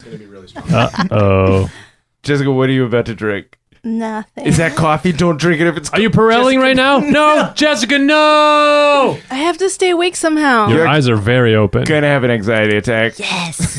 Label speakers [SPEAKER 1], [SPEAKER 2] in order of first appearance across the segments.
[SPEAKER 1] It's gonna be really strong.
[SPEAKER 2] Uh oh.
[SPEAKER 3] Jessica, what are you about to drink?
[SPEAKER 4] Nothing.
[SPEAKER 3] Is that coffee? Don't drink it if it's.
[SPEAKER 2] Are you Pirelling right now? No, Jessica, no!
[SPEAKER 4] I have to stay awake somehow.
[SPEAKER 2] Your
[SPEAKER 3] You're-
[SPEAKER 2] eyes are very open.
[SPEAKER 3] gonna have an anxiety attack?
[SPEAKER 4] Yes.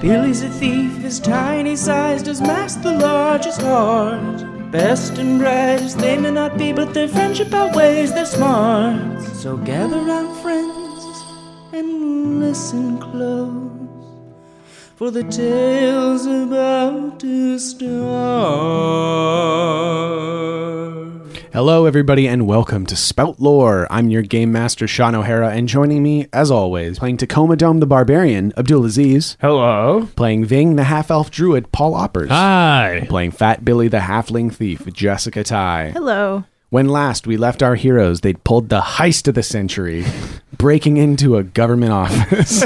[SPEAKER 5] Billy's a thief, his tiny size does mask the largest heart. Best and brightest they may not be, but their friendship outweighs their smarts. So gather round, friends, and listen close, for the tale's about to start.
[SPEAKER 1] Hello, everybody, and welcome to Spout Lore. I'm your game master, Sean O'Hara, and joining me, as always, playing Tacoma Dome the Barbarian, Abdulaziz,
[SPEAKER 3] Hello.
[SPEAKER 1] playing Ving the Half Elf Druid, Paul Oppers,
[SPEAKER 2] Hi.
[SPEAKER 1] playing Fat Billy the Halfling Thief, Jessica Ty.
[SPEAKER 4] Hello.
[SPEAKER 1] When last we left our heroes, they'd pulled the heist of the century, breaking into a government office.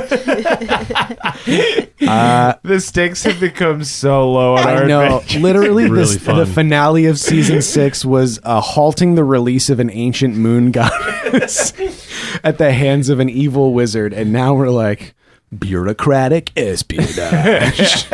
[SPEAKER 3] The stakes have become so low on our
[SPEAKER 1] I know.
[SPEAKER 3] adventure.
[SPEAKER 1] Literally,
[SPEAKER 2] Really
[SPEAKER 1] this,
[SPEAKER 2] fun.
[SPEAKER 1] the finale of season six was uh, halting the release of an ancient moon goddess at the hands of an evil wizard, and now we're like bureaucratic espionage.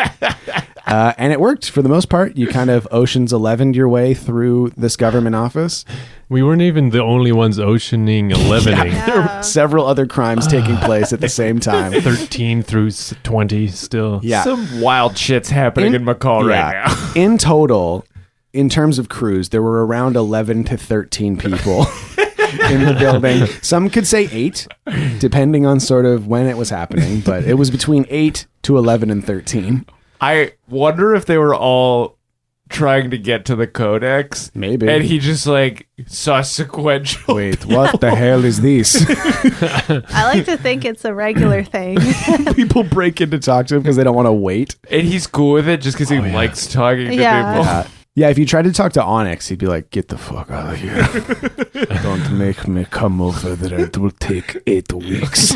[SPEAKER 1] Uh, and it worked for the most part. You kind of Ocean's Eleven your way through this government office.
[SPEAKER 2] We weren't even the only ones oceaning 11
[SPEAKER 1] There were several other crimes taking place at the same time.
[SPEAKER 2] 13 through s- 20 still.
[SPEAKER 1] Yeah.
[SPEAKER 3] Some wild shit's happening in, McCall right now.
[SPEAKER 1] in total, in terms of crews, there were around 11 to 13 people in the building. Some could say eight, depending on sort of when it was happening, but it was between eight to 11 and 13.
[SPEAKER 3] I wonder if they were all trying to get to the codex.
[SPEAKER 1] Maybe.
[SPEAKER 3] And he just like saw sequential.
[SPEAKER 1] Wait, what the hell is this?
[SPEAKER 4] I like to think it's a regular thing.
[SPEAKER 1] people break in to talk to him because they don't want to wait.
[SPEAKER 3] And he's cool with it just because he likes talking to
[SPEAKER 4] Yeah.
[SPEAKER 3] people.
[SPEAKER 1] Uh, yeah, if you tried to talk to Onyx, he'd be like, get the fuck out of here. Don't make me come over there. It will take eight weeks.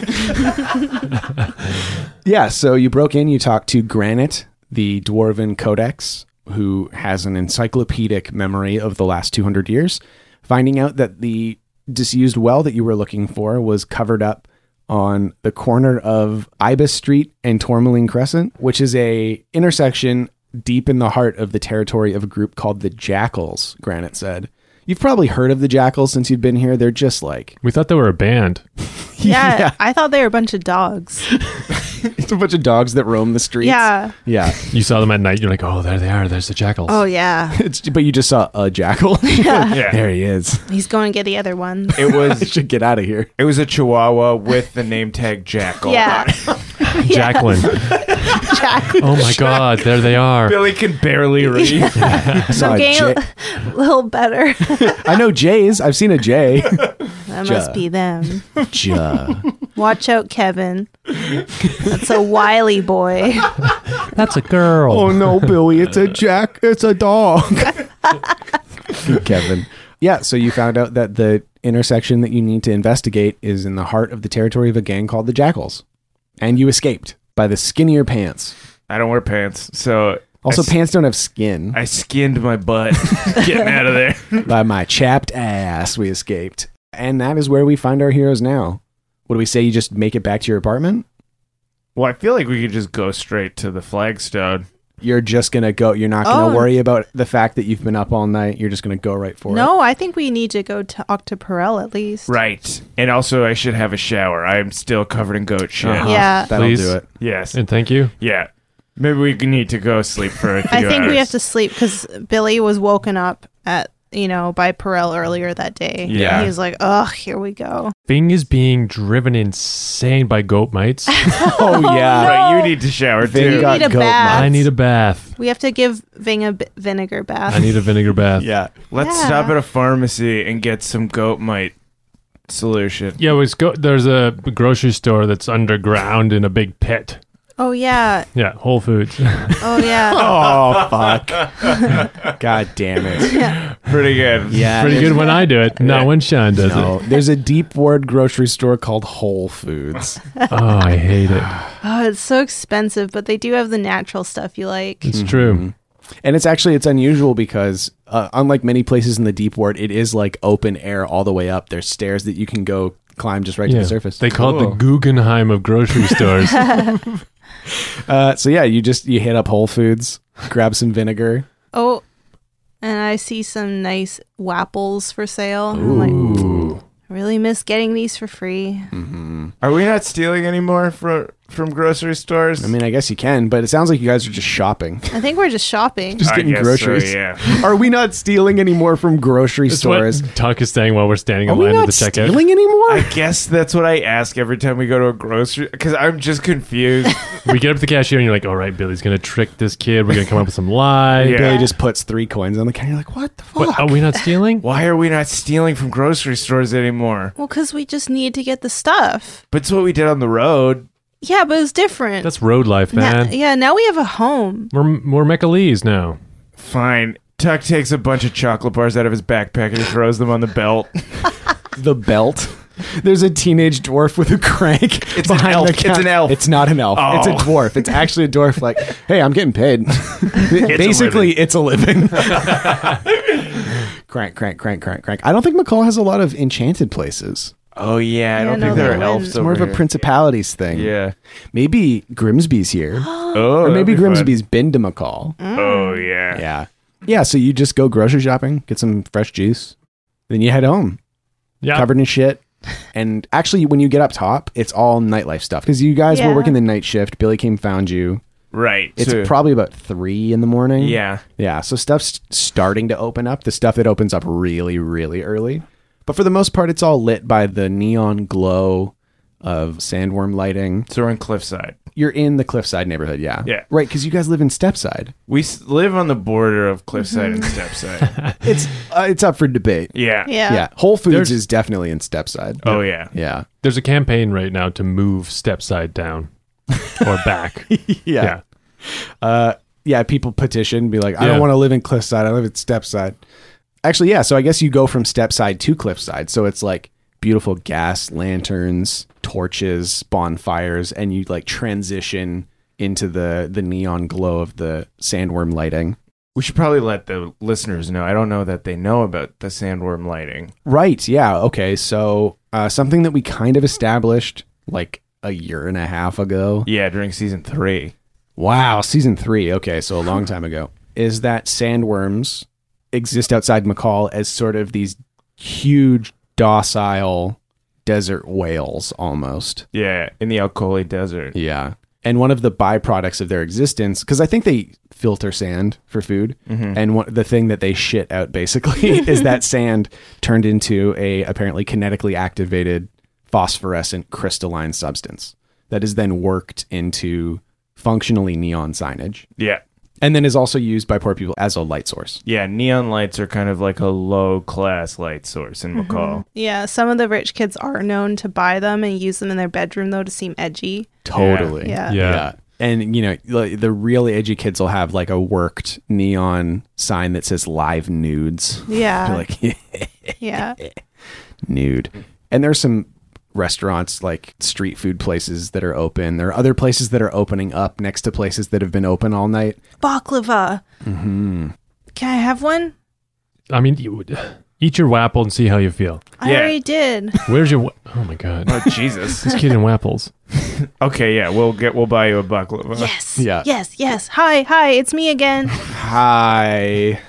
[SPEAKER 1] yeah, so you broke in, you talked to Granite, the Dwarven Codex, who has an encyclopedic memory of the last 200 years, finding out that the disused well that you were looking for was covered up on the corner of Ibis Street and Tourmaline Crescent, which is a intersection deep in the heart of the territory of a group called the Jackals, Granite said. You've probably heard of the Jackals since you've been here. They're just like
[SPEAKER 2] We thought they were a band.
[SPEAKER 4] Yeah, I thought they were a bunch of dogs.
[SPEAKER 1] it's a bunch of dogs that roam the streets.
[SPEAKER 4] Yeah.
[SPEAKER 1] Yeah.
[SPEAKER 2] You saw them at night. You're like, oh, there they are. There's the jackals.
[SPEAKER 4] Oh yeah.
[SPEAKER 1] It's, but you just saw a jackal.
[SPEAKER 3] Yeah.
[SPEAKER 1] There he is.
[SPEAKER 4] He's going to get the other ones.
[SPEAKER 3] It
[SPEAKER 1] I
[SPEAKER 3] was
[SPEAKER 1] should get out of here.
[SPEAKER 3] it was a chihuahua with the name tag Jackal.
[SPEAKER 4] Yeah.
[SPEAKER 2] Jacqueline. oh my God. There they are.
[SPEAKER 3] Billy can barely read.
[SPEAKER 1] I saw
[SPEAKER 4] I'm
[SPEAKER 1] a
[SPEAKER 4] getting
[SPEAKER 1] jay-
[SPEAKER 4] a little better.
[SPEAKER 1] I know jays. I've seen a jay.
[SPEAKER 4] That must be them.
[SPEAKER 1] Juh.
[SPEAKER 4] Watch out, Kevin. That's a wily boy.
[SPEAKER 2] That's a girl.
[SPEAKER 1] Oh no, Billy, it's a jack, it's a dog. Kevin. Yeah, so you found out that the intersection that you need to investigate is in the heart of the territory of a gang called the Jackals. And you escaped by the skinnier pants.
[SPEAKER 3] I don't wear pants, so
[SPEAKER 1] Also,
[SPEAKER 3] I, s-
[SPEAKER 1] pants don't have skin.
[SPEAKER 3] I skinned my butt getting out of there.
[SPEAKER 1] by my chapped ass, we escaped. And that is where we find our heroes now. What do we say? You just make it back to your apartment?
[SPEAKER 3] Well, I feel like we could just go straight to the flagstone.
[SPEAKER 1] You're just going to go. You're not going to
[SPEAKER 4] Oh.
[SPEAKER 1] worry about the fact that you've been up all night. You're just going to go right for it.
[SPEAKER 4] No, I think we need to go to Octoperel at least.
[SPEAKER 3] Right. And also, I should have a shower. I'm still covered in goat shit.
[SPEAKER 1] Uh-huh.
[SPEAKER 4] Yeah.
[SPEAKER 1] That'll
[SPEAKER 2] Please.
[SPEAKER 1] do it.
[SPEAKER 3] Yes.
[SPEAKER 2] And thank you.
[SPEAKER 3] Yeah. Maybe we need to go sleep for a few
[SPEAKER 4] I think
[SPEAKER 3] hours.
[SPEAKER 4] we have to sleep because Billy was woken up at you know by Perel earlier that day.
[SPEAKER 3] Yeah.
[SPEAKER 4] and he was like, "Ugh, here we go."
[SPEAKER 2] Bing is being driven insane by goat mites.
[SPEAKER 1] Oh, yeah.
[SPEAKER 3] Right, you need to shower
[SPEAKER 1] Ving
[SPEAKER 3] too.
[SPEAKER 1] got
[SPEAKER 4] need a
[SPEAKER 1] goat
[SPEAKER 4] bath.
[SPEAKER 2] I need a bath.
[SPEAKER 4] We have to give Ving a b- vinegar bath.
[SPEAKER 2] I need a vinegar bath.
[SPEAKER 1] Yeah.
[SPEAKER 3] Let's
[SPEAKER 4] Yeah.
[SPEAKER 3] stop at a pharmacy and get some goat mite solution.
[SPEAKER 2] Yeah, it was go- there's a grocery store that's underground in a big pit.
[SPEAKER 4] Oh yeah.
[SPEAKER 2] Yeah, Whole Foods.
[SPEAKER 4] Oh yeah.
[SPEAKER 1] Oh fuck! God damn it!
[SPEAKER 3] Pretty good.
[SPEAKER 1] Yeah,
[SPEAKER 2] Pretty good when I do it, not when Sean does
[SPEAKER 1] No, there's a deep word grocery store called Whole Foods.
[SPEAKER 2] it. Oh, I hate it.
[SPEAKER 4] Oh, it's so expensive, but they do have the natural stuff you like.
[SPEAKER 2] It's
[SPEAKER 1] Mm-hmm.
[SPEAKER 2] true.
[SPEAKER 1] and it's actually it's unusual because uh, unlike many places in the deep ward it is like open air all the way up there's stairs that you can go climb just right to
[SPEAKER 2] Yeah.
[SPEAKER 1] the surface
[SPEAKER 2] They call it the Guggenheim of grocery stores.
[SPEAKER 1] uh, so yeah you just you hit up whole foods grab some vinegar
[SPEAKER 4] Oh, and I see some nice wapples for sale. I'm like, I really miss getting these for free.
[SPEAKER 3] Are we not stealing anymore from from grocery stores?
[SPEAKER 1] i mean i guess you can but it sounds like you guys are just shopping
[SPEAKER 4] I think we're just shopping.
[SPEAKER 1] just
[SPEAKER 3] I
[SPEAKER 1] getting
[SPEAKER 3] guess
[SPEAKER 1] groceries
[SPEAKER 3] So, yeah.
[SPEAKER 1] are we not stealing anymore from grocery
[SPEAKER 2] That's what
[SPEAKER 1] stores
[SPEAKER 2] Tuck is saying while we're standing
[SPEAKER 1] are
[SPEAKER 2] in
[SPEAKER 1] we
[SPEAKER 2] line at
[SPEAKER 1] not
[SPEAKER 2] the checkout.
[SPEAKER 1] stealing anymore
[SPEAKER 3] I guess that's what I ask every time we go to a grocery because I'm just confused.
[SPEAKER 2] We get up to the cashier and you're like, all right, Billy's going to trick this kid. We're going to come up with some lie.
[SPEAKER 3] Yeah.
[SPEAKER 1] billy just puts three coins on the counter like what the fuck
[SPEAKER 2] What, are we not stealing?
[SPEAKER 3] Why are we not stealing from grocery stores anymore?
[SPEAKER 4] Well, because we just need to get the stuff.
[SPEAKER 3] But it's what we did on the road.
[SPEAKER 4] Yeah, but it's different.
[SPEAKER 2] That's road life,
[SPEAKER 4] now,
[SPEAKER 2] man.
[SPEAKER 4] yeah, now we have a home.
[SPEAKER 2] We're, we're Mechalese now.
[SPEAKER 3] Fine. Tuck takes a bunch of chocolate bars out of his backpack and he throws them on the belt. Oh.
[SPEAKER 1] the belt. There's a teenage dwarf with a crank
[SPEAKER 3] It's an
[SPEAKER 1] behind
[SPEAKER 3] elf.
[SPEAKER 1] the counter.
[SPEAKER 3] It's an elf.
[SPEAKER 1] It's not an elf. It's a
[SPEAKER 3] Oh.
[SPEAKER 1] dwarf. It's actually a dwarf. Like, hey, I'm getting paid. Basically, it's a living. crank, crank, crank, crank, crank. I don't think McCall has a lot of enchanted places.
[SPEAKER 3] Oh yeah, I don't
[SPEAKER 4] no,
[SPEAKER 3] think there
[SPEAKER 4] they
[SPEAKER 3] are
[SPEAKER 4] wouldn't.
[SPEAKER 3] elves
[SPEAKER 4] It's
[SPEAKER 1] It's more
[SPEAKER 3] over
[SPEAKER 1] of a
[SPEAKER 3] here.
[SPEAKER 1] principalities thing.
[SPEAKER 3] Yeah.
[SPEAKER 1] Maybe Grimsby's here,
[SPEAKER 3] Oh,
[SPEAKER 1] or maybe
[SPEAKER 3] that'd be fun.
[SPEAKER 1] Grimsby's been to McCall.
[SPEAKER 3] Oh yeah.
[SPEAKER 1] Yeah, yeah. So you just go grocery shopping, get some fresh juice, then you head home.
[SPEAKER 2] Yeah.
[SPEAKER 1] covered in shit. And actually, when you get up top, it's all nightlife stuff because you guys
[SPEAKER 4] Yeah.
[SPEAKER 1] were working the night shift. Billy came, found you.
[SPEAKER 3] Right.
[SPEAKER 1] It's
[SPEAKER 3] so-
[SPEAKER 1] probably about three in the morning.
[SPEAKER 3] yeah.
[SPEAKER 1] yeah. So stuff's starting to open up. The stuff that opens up really, really early. But for the most part, it's all lit by the neon glow of sandworm lighting.
[SPEAKER 3] So we're on cliffside.
[SPEAKER 1] You're in the Cliffside neighborhood, yeah,
[SPEAKER 3] Yeah.
[SPEAKER 1] right. Because you guys live in Stepside.
[SPEAKER 3] We s- live on the border of cliffside and stepside.
[SPEAKER 1] It's uh, it's up for debate.
[SPEAKER 3] Yeah.
[SPEAKER 4] Yeah.
[SPEAKER 1] Mm-hmm. yeah. Whole Foods
[SPEAKER 2] There's-
[SPEAKER 1] is definitely in Stepside.
[SPEAKER 3] Oh yeah.
[SPEAKER 1] Yeah,
[SPEAKER 2] There's a campaign right now to move stepside down or back.
[SPEAKER 1] yeah.
[SPEAKER 2] yeah.
[SPEAKER 1] uh, yeah, people petition, be like, I
[SPEAKER 2] Yeah.
[SPEAKER 1] don't want to live in cliffside. I live at stepside. Actually, yeah. So I guess you go from stepside to cliffside. So it's like beautiful gas lanterns, torches, bonfires, and you like transition into the the neon glow of the sandworm lighting.
[SPEAKER 3] We should probably let the listeners know. I don't know that they know about the sandworm lighting.
[SPEAKER 1] Right. Yeah. Okay. So uh, something that we kind of established like a year and a half ago.
[SPEAKER 3] Yeah, during season three.
[SPEAKER 1] Wow, season three. Okay, so a long time ago. Is that sandworms exist outside McCall as sort of these huge, docile desert whales almost.
[SPEAKER 3] Yeah, in the Alcoli Desert.
[SPEAKER 1] Yeah. And one of the byproducts of their existence, because I think they filter sand for food, and one, the thing that they shit out basically is that sand turned into a apparently kinetically activated phosphorescent crystalline substance that is then worked into functionally neon signage
[SPEAKER 3] Yeah.
[SPEAKER 1] and then is also used by poor people as a light source.
[SPEAKER 3] Yeah, neon lights are kind of like a low class light source in McCall.
[SPEAKER 4] Yeah, some of the rich kids are known to buy them and use them in their bedroom though to seem edgy.
[SPEAKER 1] Totally.
[SPEAKER 4] Yeah.
[SPEAKER 2] Yeah.
[SPEAKER 1] And you know, the, the really edgy kids will have like a worked neon sign that says live nudes.
[SPEAKER 4] Yeah.
[SPEAKER 1] They're like
[SPEAKER 4] yeah.
[SPEAKER 1] nude. And there's some restaurants like street food places that are open. There are other places that are opening up next to places that have been open all night.
[SPEAKER 4] Baklava. Can I have one?
[SPEAKER 2] I mean, you would uh, eat your wapple and see how you feel.
[SPEAKER 4] I
[SPEAKER 3] Yeah.
[SPEAKER 4] already did.
[SPEAKER 2] Where's your. wa- Oh, my God.
[SPEAKER 3] Oh Jesus.
[SPEAKER 2] This kid in wapples.
[SPEAKER 3] okay, yeah, we'll get we'll buy you a uh, baklava.
[SPEAKER 4] Yes.
[SPEAKER 1] Yeah.
[SPEAKER 4] Yes. Yes. Hi. Hi. It's me again.
[SPEAKER 1] Hi.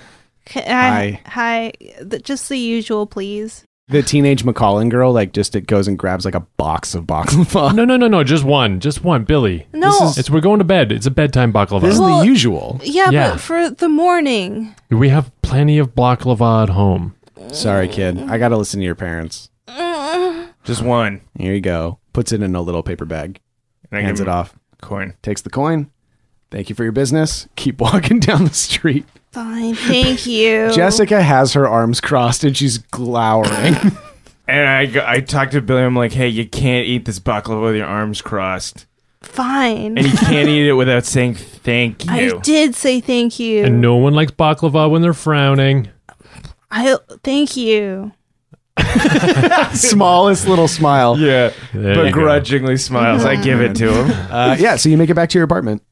[SPEAKER 4] Can I, hi. Th- just the usual, please.
[SPEAKER 1] The teenage McCollin girl like just it goes and grabs like a box of baklava.
[SPEAKER 2] No, no, no, no. Just one. Just one. Billy.
[SPEAKER 4] No.
[SPEAKER 1] is-
[SPEAKER 2] It's we're going to bed. It's a bedtime baklava.
[SPEAKER 1] This is
[SPEAKER 4] Well-
[SPEAKER 1] the usual.
[SPEAKER 4] yeah,
[SPEAKER 2] yeah.
[SPEAKER 4] but for the morning.
[SPEAKER 2] we have plenty of baklava at home.
[SPEAKER 1] Sorry, kid. I got to listen to your parents.
[SPEAKER 3] Just one.
[SPEAKER 1] Here you go. Puts it in a little paper bag,
[SPEAKER 3] And I
[SPEAKER 1] hands
[SPEAKER 3] give
[SPEAKER 1] it
[SPEAKER 3] him
[SPEAKER 1] off,
[SPEAKER 3] a coin.
[SPEAKER 1] takes the coin. Thank you for your business. Keep walking down the street.
[SPEAKER 4] Fine. Thank you.
[SPEAKER 1] Jessica has her arms crossed and she's glowering.
[SPEAKER 3] And I, go, I talked to Billy. I'm like, hey, you can't eat this baklava with your arms crossed,
[SPEAKER 4] Fine.
[SPEAKER 3] and you can't eat it without saying thank you.
[SPEAKER 4] I did say thank you.
[SPEAKER 2] And no one likes baklava when they're frowning.
[SPEAKER 4] I thank you.
[SPEAKER 1] Smallest little smile.
[SPEAKER 3] Yeah,
[SPEAKER 2] There you go.
[SPEAKER 3] begrudgingly smiles. I give it to him.
[SPEAKER 1] Uh, yeah, so you make it back to your apartment.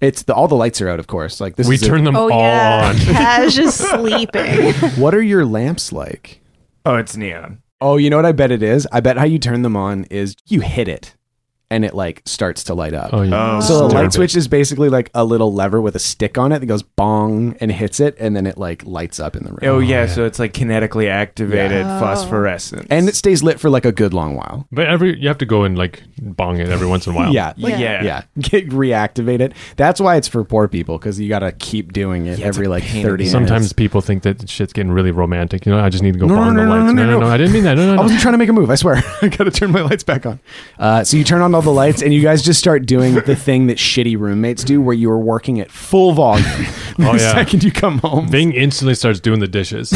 [SPEAKER 1] It's the all the lights are out, of course. Like this.
[SPEAKER 2] We
[SPEAKER 1] is a-
[SPEAKER 2] turn them
[SPEAKER 4] Oh
[SPEAKER 2] all
[SPEAKER 4] yeah.
[SPEAKER 2] on.
[SPEAKER 4] Cash is sleeping.
[SPEAKER 1] what are your lamps like?
[SPEAKER 3] Oh, it's neon.
[SPEAKER 1] Oh, you know what I bet it is. I bet how you turn them on is you hit it, and it like starts to light up.
[SPEAKER 2] Oh, yeah.
[SPEAKER 3] Oh,
[SPEAKER 1] So the
[SPEAKER 2] Stupid.
[SPEAKER 1] light switch is basically like a little lever with a stick on it that goes bong and hits it, and then it like lights up in the room.
[SPEAKER 3] Oh, yeah, so it's like kinetically activated
[SPEAKER 4] Yeah.
[SPEAKER 3] phosphorescence.
[SPEAKER 1] and it stays lit for like a good long while.
[SPEAKER 2] But every you have to go and like bong it every once in a while.
[SPEAKER 1] Yeah,
[SPEAKER 3] Like, yeah.
[SPEAKER 1] yeah. Get reactivate it. That's why it's for poor people because you got to keep doing it
[SPEAKER 3] Yeah, it's
[SPEAKER 1] every
[SPEAKER 3] a
[SPEAKER 1] like
[SPEAKER 3] pain in the
[SPEAKER 1] thirty.
[SPEAKER 3] ass.
[SPEAKER 2] Sometimes people think that shit's getting really romantic. You know, I just need to go
[SPEAKER 1] No, no,
[SPEAKER 2] bong
[SPEAKER 1] no,
[SPEAKER 2] the
[SPEAKER 1] no,
[SPEAKER 2] lights.
[SPEAKER 1] no,
[SPEAKER 2] No,
[SPEAKER 1] no,
[SPEAKER 2] no,
[SPEAKER 1] no.
[SPEAKER 2] I didn't mean that. No,
[SPEAKER 1] I
[SPEAKER 2] no, no.
[SPEAKER 1] wasn't trying to make a move. I swear. I got to turn my lights back on. Uh, so you turn on all the lights and you guys just start doing the thing that shitty roommates do, where you are working at full volume. the
[SPEAKER 2] Oh, yeah.
[SPEAKER 1] second you come home.
[SPEAKER 2] Bing instantly starts doing the dishes.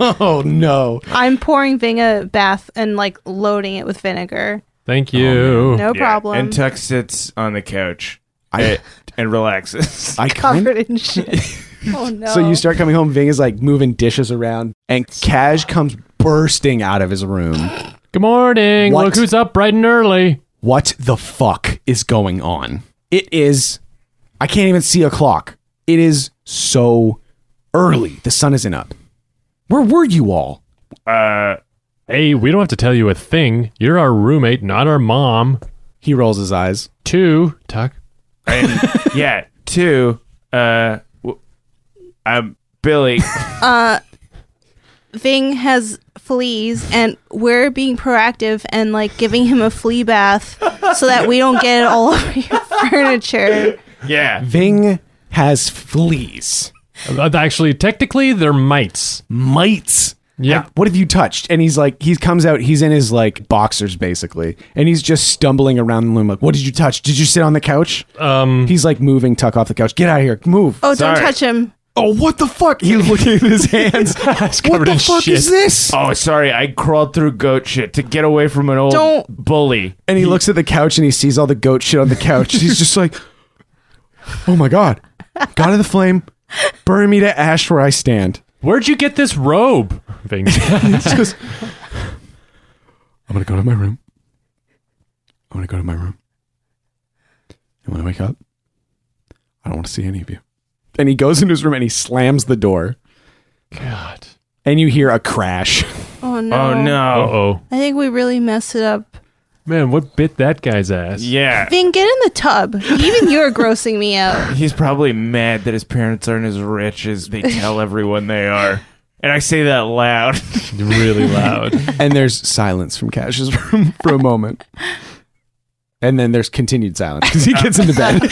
[SPEAKER 1] oh no.
[SPEAKER 4] I'm pouring Ving a bath and like loading it with vinegar.
[SPEAKER 2] Thank
[SPEAKER 1] Oh,
[SPEAKER 2] you.
[SPEAKER 4] No
[SPEAKER 3] Yeah.
[SPEAKER 4] problem.
[SPEAKER 3] And Tuck sits on the couch
[SPEAKER 1] I,
[SPEAKER 3] and relaxes.
[SPEAKER 1] I kind
[SPEAKER 4] covered in shit. oh no.
[SPEAKER 1] So you start coming home. Ving is like moving dishes around, and Cash comes bursting out of his room.
[SPEAKER 2] Good morning.
[SPEAKER 1] What?
[SPEAKER 2] Look who's up bright and early.
[SPEAKER 1] What the fuck is going on? It is. I can't even see a clock. It is so early. The sun isn't up. Where were you all?
[SPEAKER 3] Uh,
[SPEAKER 2] Hey, we don't have to tell you a thing. You're our roommate, not our mom.
[SPEAKER 1] He rolls his eyes.
[SPEAKER 2] Two, Tuck.
[SPEAKER 3] and yeah, two, uh, w- I'm Billy.
[SPEAKER 4] Ving has fleas and we're being proactive and like giving him a flea bath so that we don't get it all over your furniture.
[SPEAKER 3] Yeah.
[SPEAKER 1] Ving has fleas,
[SPEAKER 2] Uh, Actually, technically, they're mites.
[SPEAKER 1] mites.
[SPEAKER 2] Yeah.
[SPEAKER 1] Like, what have you touched? And he's like, he comes out, he's in his like boxers basically, and he's just stumbling around the room like, what did you touch? Did you sit on the couch?
[SPEAKER 2] Um,
[SPEAKER 1] He's like moving Tuck off the couch. Get out of here. Move.
[SPEAKER 4] Oh,
[SPEAKER 3] Sorry.
[SPEAKER 4] don't touch him.
[SPEAKER 1] Oh, what the fuck? He's looking at his hands. what
[SPEAKER 2] covered
[SPEAKER 1] the
[SPEAKER 2] in
[SPEAKER 1] fuck
[SPEAKER 2] shit.
[SPEAKER 1] is this?
[SPEAKER 3] Oh, sorry. I crawled through goat shit to get away from an old
[SPEAKER 4] Don't-
[SPEAKER 3] bully.
[SPEAKER 1] And he looks at the couch and he sees all the goat shit on the couch. He's just like, oh my God. God of the flame, burn me to ash where I stand.
[SPEAKER 2] where'd you get this robe? Bing.
[SPEAKER 1] He just goes, I'm going to go to my room. I'm going to go to my room. And when I wake up, I don't want to see any of you. And he goes into his room and he slams the door.
[SPEAKER 2] God.
[SPEAKER 1] And you hear a crash.
[SPEAKER 4] Oh no.
[SPEAKER 3] Oh,
[SPEAKER 2] Uh
[SPEAKER 3] no.
[SPEAKER 2] oh.
[SPEAKER 4] I think we really messed it up.
[SPEAKER 2] Man, what bit that guy's ass?
[SPEAKER 3] Yeah.
[SPEAKER 4] Ving, get in the tub. Even you're grossing me out.
[SPEAKER 3] He's probably mad that his parents aren't as rich as they tell everyone they are. And I say that loud.
[SPEAKER 2] Really loud.
[SPEAKER 1] and there's silence from Cash's room for a moment. And then there's continued silence because he gets into bed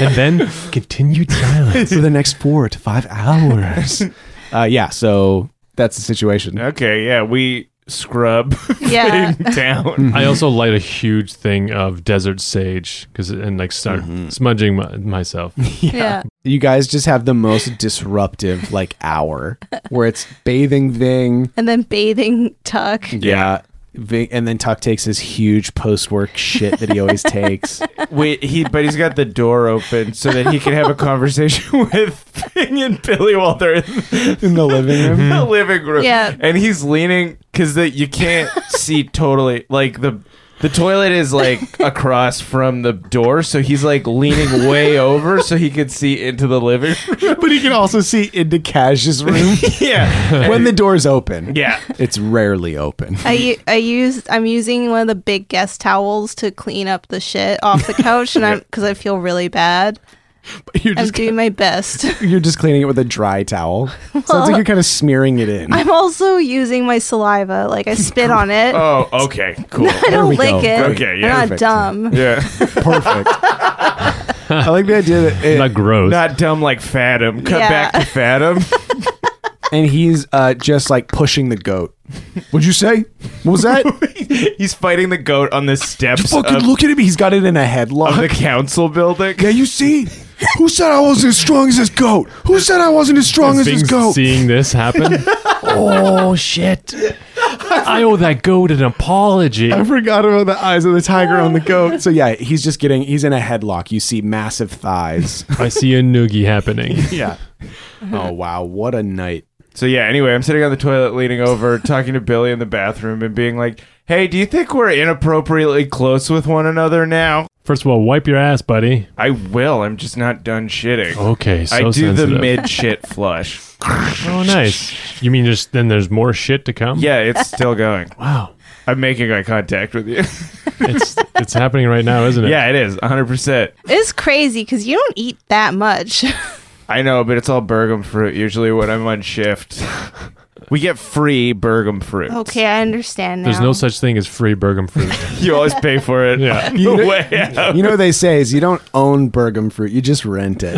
[SPEAKER 2] and then continued silence.
[SPEAKER 1] for the next four to five hours. Uh, yeah, so that's the situation.
[SPEAKER 3] okay, yeah, we scrub
[SPEAKER 4] Yeah.
[SPEAKER 3] thing down.
[SPEAKER 2] I also light a huge thing of desert sage because and like start smudging my, myself.
[SPEAKER 4] yeah.
[SPEAKER 1] You guys just have the most disruptive like hour where it's bathing Ving.
[SPEAKER 4] And then bathing tuck.
[SPEAKER 1] Yeah. Ving, and then Tuck takes his huge post work shit that he always takes.
[SPEAKER 3] Wait, he but he's got the door open so that he can have a conversation with Bing and Billy while they're in
[SPEAKER 1] in the living room.
[SPEAKER 3] the living room.
[SPEAKER 4] Yeah.
[SPEAKER 3] and he's leaning because that you can't see totally. Like the the toilet is like across from the door, so he's like leaning way over so he could see into the living room.
[SPEAKER 1] But he can also see into Cash's room
[SPEAKER 3] yeah,
[SPEAKER 1] when the door's open.
[SPEAKER 3] yeah.
[SPEAKER 1] It's rarely open.
[SPEAKER 4] I, u- I used I'm using one of the big guest towels to clean up the shit off the couch and I'm because I feel really bad.
[SPEAKER 1] You're
[SPEAKER 4] I'm
[SPEAKER 1] just
[SPEAKER 4] doing my best.
[SPEAKER 1] You're just cleaning it with a dry towel. Sounds like you're kind of smearing it in.
[SPEAKER 4] I'm also using my saliva. Like I spit on it.
[SPEAKER 3] Oh, okay, cool.
[SPEAKER 4] I don't
[SPEAKER 1] we
[SPEAKER 4] lick
[SPEAKER 1] go.
[SPEAKER 4] it.
[SPEAKER 3] Okay, yeah,
[SPEAKER 4] I'm
[SPEAKER 1] perfect.
[SPEAKER 4] not dumb.
[SPEAKER 3] Yeah,
[SPEAKER 1] Perfect. I like the idea that it,
[SPEAKER 2] Not gross.
[SPEAKER 3] not dumb like Fathom. Cut
[SPEAKER 4] Yeah.
[SPEAKER 3] back to Fathom.
[SPEAKER 1] and he's uh, just like pushing the goat. What'd you say? What was that?
[SPEAKER 3] he's fighting the goat on the steps
[SPEAKER 1] Fucking
[SPEAKER 3] of,
[SPEAKER 1] look at him. He's got it in a
[SPEAKER 3] of
[SPEAKER 1] headlock.
[SPEAKER 3] the council building.
[SPEAKER 1] yeah, you see? Who said I wasn't as strong as this goat? Who said I wasn't as strong as this
[SPEAKER 2] Bing's
[SPEAKER 1] goat?
[SPEAKER 2] seeing this happen. oh shit! I owe that goat an apology.
[SPEAKER 1] I forgot about the eyes of the tiger on the goat. So yeah, he's just getting he's in a headlock. You see massive thighs.
[SPEAKER 2] I see a noogie happening.
[SPEAKER 1] yeah. Oh wow, what a night.
[SPEAKER 3] So yeah, anyway, I'm sitting on the toilet leaning over, talking to Billy in the bathroom and being like, Hey, do you think we're inappropriately close with one another now?
[SPEAKER 2] First of all, wipe your ass, buddy.
[SPEAKER 3] I will. I'm just not done shitting.
[SPEAKER 2] Okay, Oh, so
[SPEAKER 3] I do the
[SPEAKER 2] sensitive.
[SPEAKER 3] mid shit flush.
[SPEAKER 2] Oh, nice. You mean just then? There's more shit to come.
[SPEAKER 3] Yeah, it's still going.
[SPEAKER 2] Wow.
[SPEAKER 3] I'm making eye contact with you.
[SPEAKER 2] It's it's happening right now, isn't it?
[SPEAKER 3] yeah, it is 100%.
[SPEAKER 4] It's crazy because you don't eat that much.
[SPEAKER 3] I know, but it's all Bergam fruit usually when I'm on shift. We get free Bergam fruit.
[SPEAKER 4] okay, I understand now.
[SPEAKER 2] There's no such thing as free Bergam fruit.
[SPEAKER 3] You always pay for it.
[SPEAKER 2] Yeah.
[SPEAKER 3] On the way out.
[SPEAKER 1] You know what they say is you don't own Bergam fruit, you just rent it.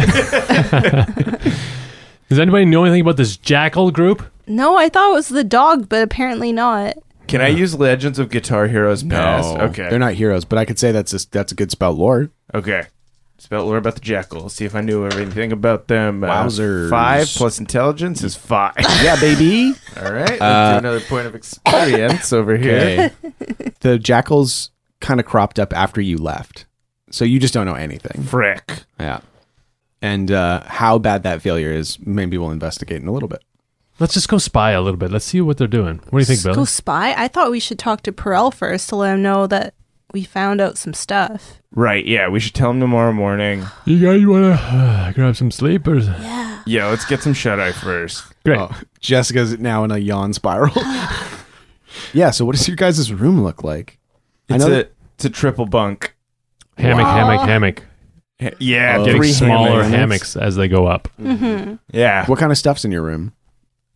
[SPEAKER 2] Does anybody know anything about this jackal group?
[SPEAKER 4] No, I thought it was the dog, but apparently not.
[SPEAKER 3] Can I use Legends of Guitar Heroes Past? Okay.
[SPEAKER 1] They're not heroes, but I could say that's a, that's a good spell lore.
[SPEAKER 3] Okay. Spell lore about the jackal. See if I knew everything about them. Uh,
[SPEAKER 1] Wowzers.
[SPEAKER 3] five plus intelligence is five.
[SPEAKER 1] Yeah, baby.
[SPEAKER 3] All right. Let's do another point of experience over here.
[SPEAKER 1] Uh, Okay. the jackals kind of cropped up after you left. So you just don't know anything.
[SPEAKER 3] Frick.
[SPEAKER 1] Yeah. And uh, how bad that failure is, maybe we'll investigate in a little bit.
[SPEAKER 2] Let's just go spy a little bit. Let's see what they're doing. What do you think,
[SPEAKER 4] Go
[SPEAKER 2] Bill?
[SPEAKER 4] spy? I thought we should talk to Perel first to let him know that we found out some stuff.
[SPEAKER 3] Right. Yeah. We should tell him tomorrow morning.
[SPEAKER 2] You guys wanna uh, grab some sleep or?
[SPEAKER 4] Yeah.
[SPEAKER 3] Yeah. Let's get some shut eye first.
[SPEAKER 2] Great.
[SPEAKER 1] Oh, Jessica's now in a yawn spiral. yeah, so what does your guys' room look like?
[SPEAKER 3] It's,
[SPEAKER 1] know
[SPEAKER 3] a,
[SPEAKER 1] that-
[SPEAKER 3] it's a triple bunk.
[SPEAKER 2] Hammock, hammock, hammock.
[SPEAKER 3] Yeah.
[SPEAKER 1] Oh.
[SPEAKER 2] Getting
[SPEAKER 1] Three
[SPEAKER 2] smaller
[SPEAKER 1] hammocks.
[SPEAKER 2] hammocks. as they go up.
[SPEAKER 3] Yeah.
[SPEAKER 1] What kind of stuff's in your room?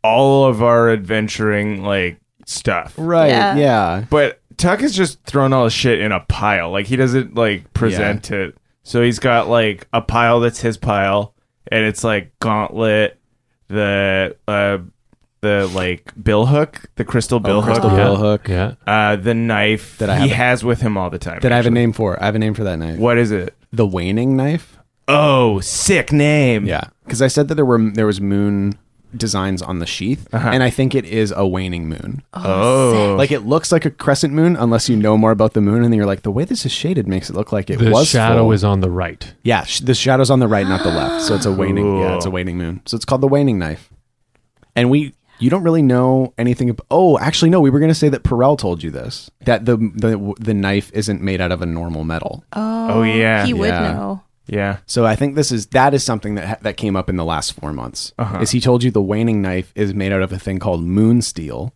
[SPEAKER 3] All of our adventuring, like, stuff.
[SPEAKER 1] Right,
[SPEAKER 4] Yeah.
[SPEAKER 3] But Tuck has just thrown all his shit in a pile. Like he doesn't like present it. So he's got like a pile that's his pile, and it's like gauntlet, the uh, the like bill hook, the crystal bill hook,
[SPEAKER 1] crystal bill hook.
[SPEAKER 2] Yeah.
[SPEAKER 3] uh, the knife
[SPEAKER 1] That I
[SPEAKER 3] he
[SPEAKER 1] have-
[SPEAKER 3] has with him all the time.
[SPEAKER 1] That I have a
[SPEAKER 3] actually.
[SPEAKER 1] name for. I have a name for that knife.
[SPEAKER 3] What is it?
[SPEAKER 1] The waning knife?
[SPEAKER 3] Oh, sick name.
[SPEAKER 1] Yeah, because I said that there were there was moon designs on the sheath, and I think it is a waning moon.
[SPEAKER 3] Oh,
[SPEAKER 1] Like it looks like a crescent moon, unless you know more about the moon, and then you're like, the way this is shaded makes it look like it
[SPEAKER 2] The
[SPEAKER 1] was
[SPEAKER 2] shadow
[SPEAKER 1] full.
[SPEAKER 2] is on the right.
[SPEAKER 1] yeah. Sh- the shadow's on the right, not the left, so it's a waning. Yeah, it's a waning moon. So it's called the waning knife. And we, you don't really know anything. Ab- oh, actually, no. We were gonna say that Perel told you this that the the the knife isn't made out of a normal metal.
[SPEAKER 3] oh yeah,
[SPEAKER 4] He would
[SPEAKER 1] yeah.
[SPEAKER 4] know.
[SPEAKER 3] yeah.
[SPEAKER 1] So I think this is that is something that ha- that came up in the last four months. Is he told you the waning knife is made out of a thing called moon steel,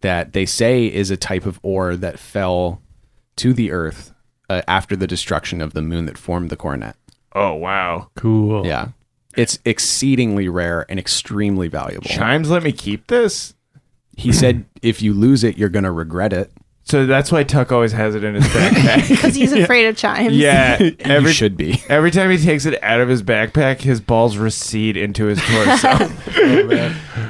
[SPEAKER 1] that they say is a type of ore that fell to the earth uh, after the destruction of the moon that formed the coronet.
[SPEAKER 3] Oh wow,
[SPEAKER 2] Cool.
[SPEAKER 1] Yeah, it's exceedingly rare and extremely valuable.
[SPEAKER 3] chimes. Let me keep this.
[SPEAKER 1] He said if you lose it, you're gonna regret it.
[SPEAKER 3] So that's why Tuck always has it in his backpack.
[SPEAKER 4] Because he's afraid of chimes.
[SPEAKER 3] yeah,
[SPEAKER 1] you
[SPEAKER 3] every
[SPEAKER 1] should be.
[SPEAKER 3] Every time he takes it out of his backpack, his balls recede into his torso.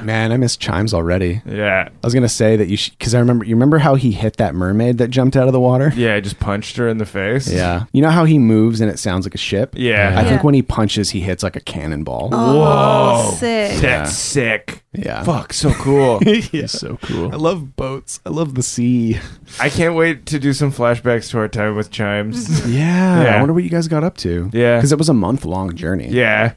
[SPEAKER 1] Man, I miss chimes already.
[SPEAKER 3] yeah.
[SPEAKER 1] I was gonna say that you because I remember you remember how he hit that mermaid that jumped out of the water.
[SPEAKER 3] Yeah, I just punched her in the face.
[SPEAKER 1] Yeah. You know how he moves and it sounds like a ship?
[SPEAKER 3] Yeah.
[SPEAKER 1] I think
[SPEAKER 4] Yeah.
[SPEAKER 1] when he punches, he hits like a cannonball.
[SPEAKER 4] Oh, sick.
[SPEAKER 3] That's sick.
[SPEAKER 1] Yeah.
[SPEAKER 3] Fuck, so cool.
[SPEAKER 2] He's so cool.
[SPEAKER 1] I love boats. I love the sea.
[SPEAKER 3] I can't wait to do some flashbacks to our time with Chimes.
[SPEAKER 1] Yeah.
[SPEAKER 3] Yeah.
[SPEAKER 1] I wonder what you guys got up to.
[SPEAKER 3] Yeah.
[SPEAKER 1] Because it was a month long journey
[SPEAKER 3] yeah.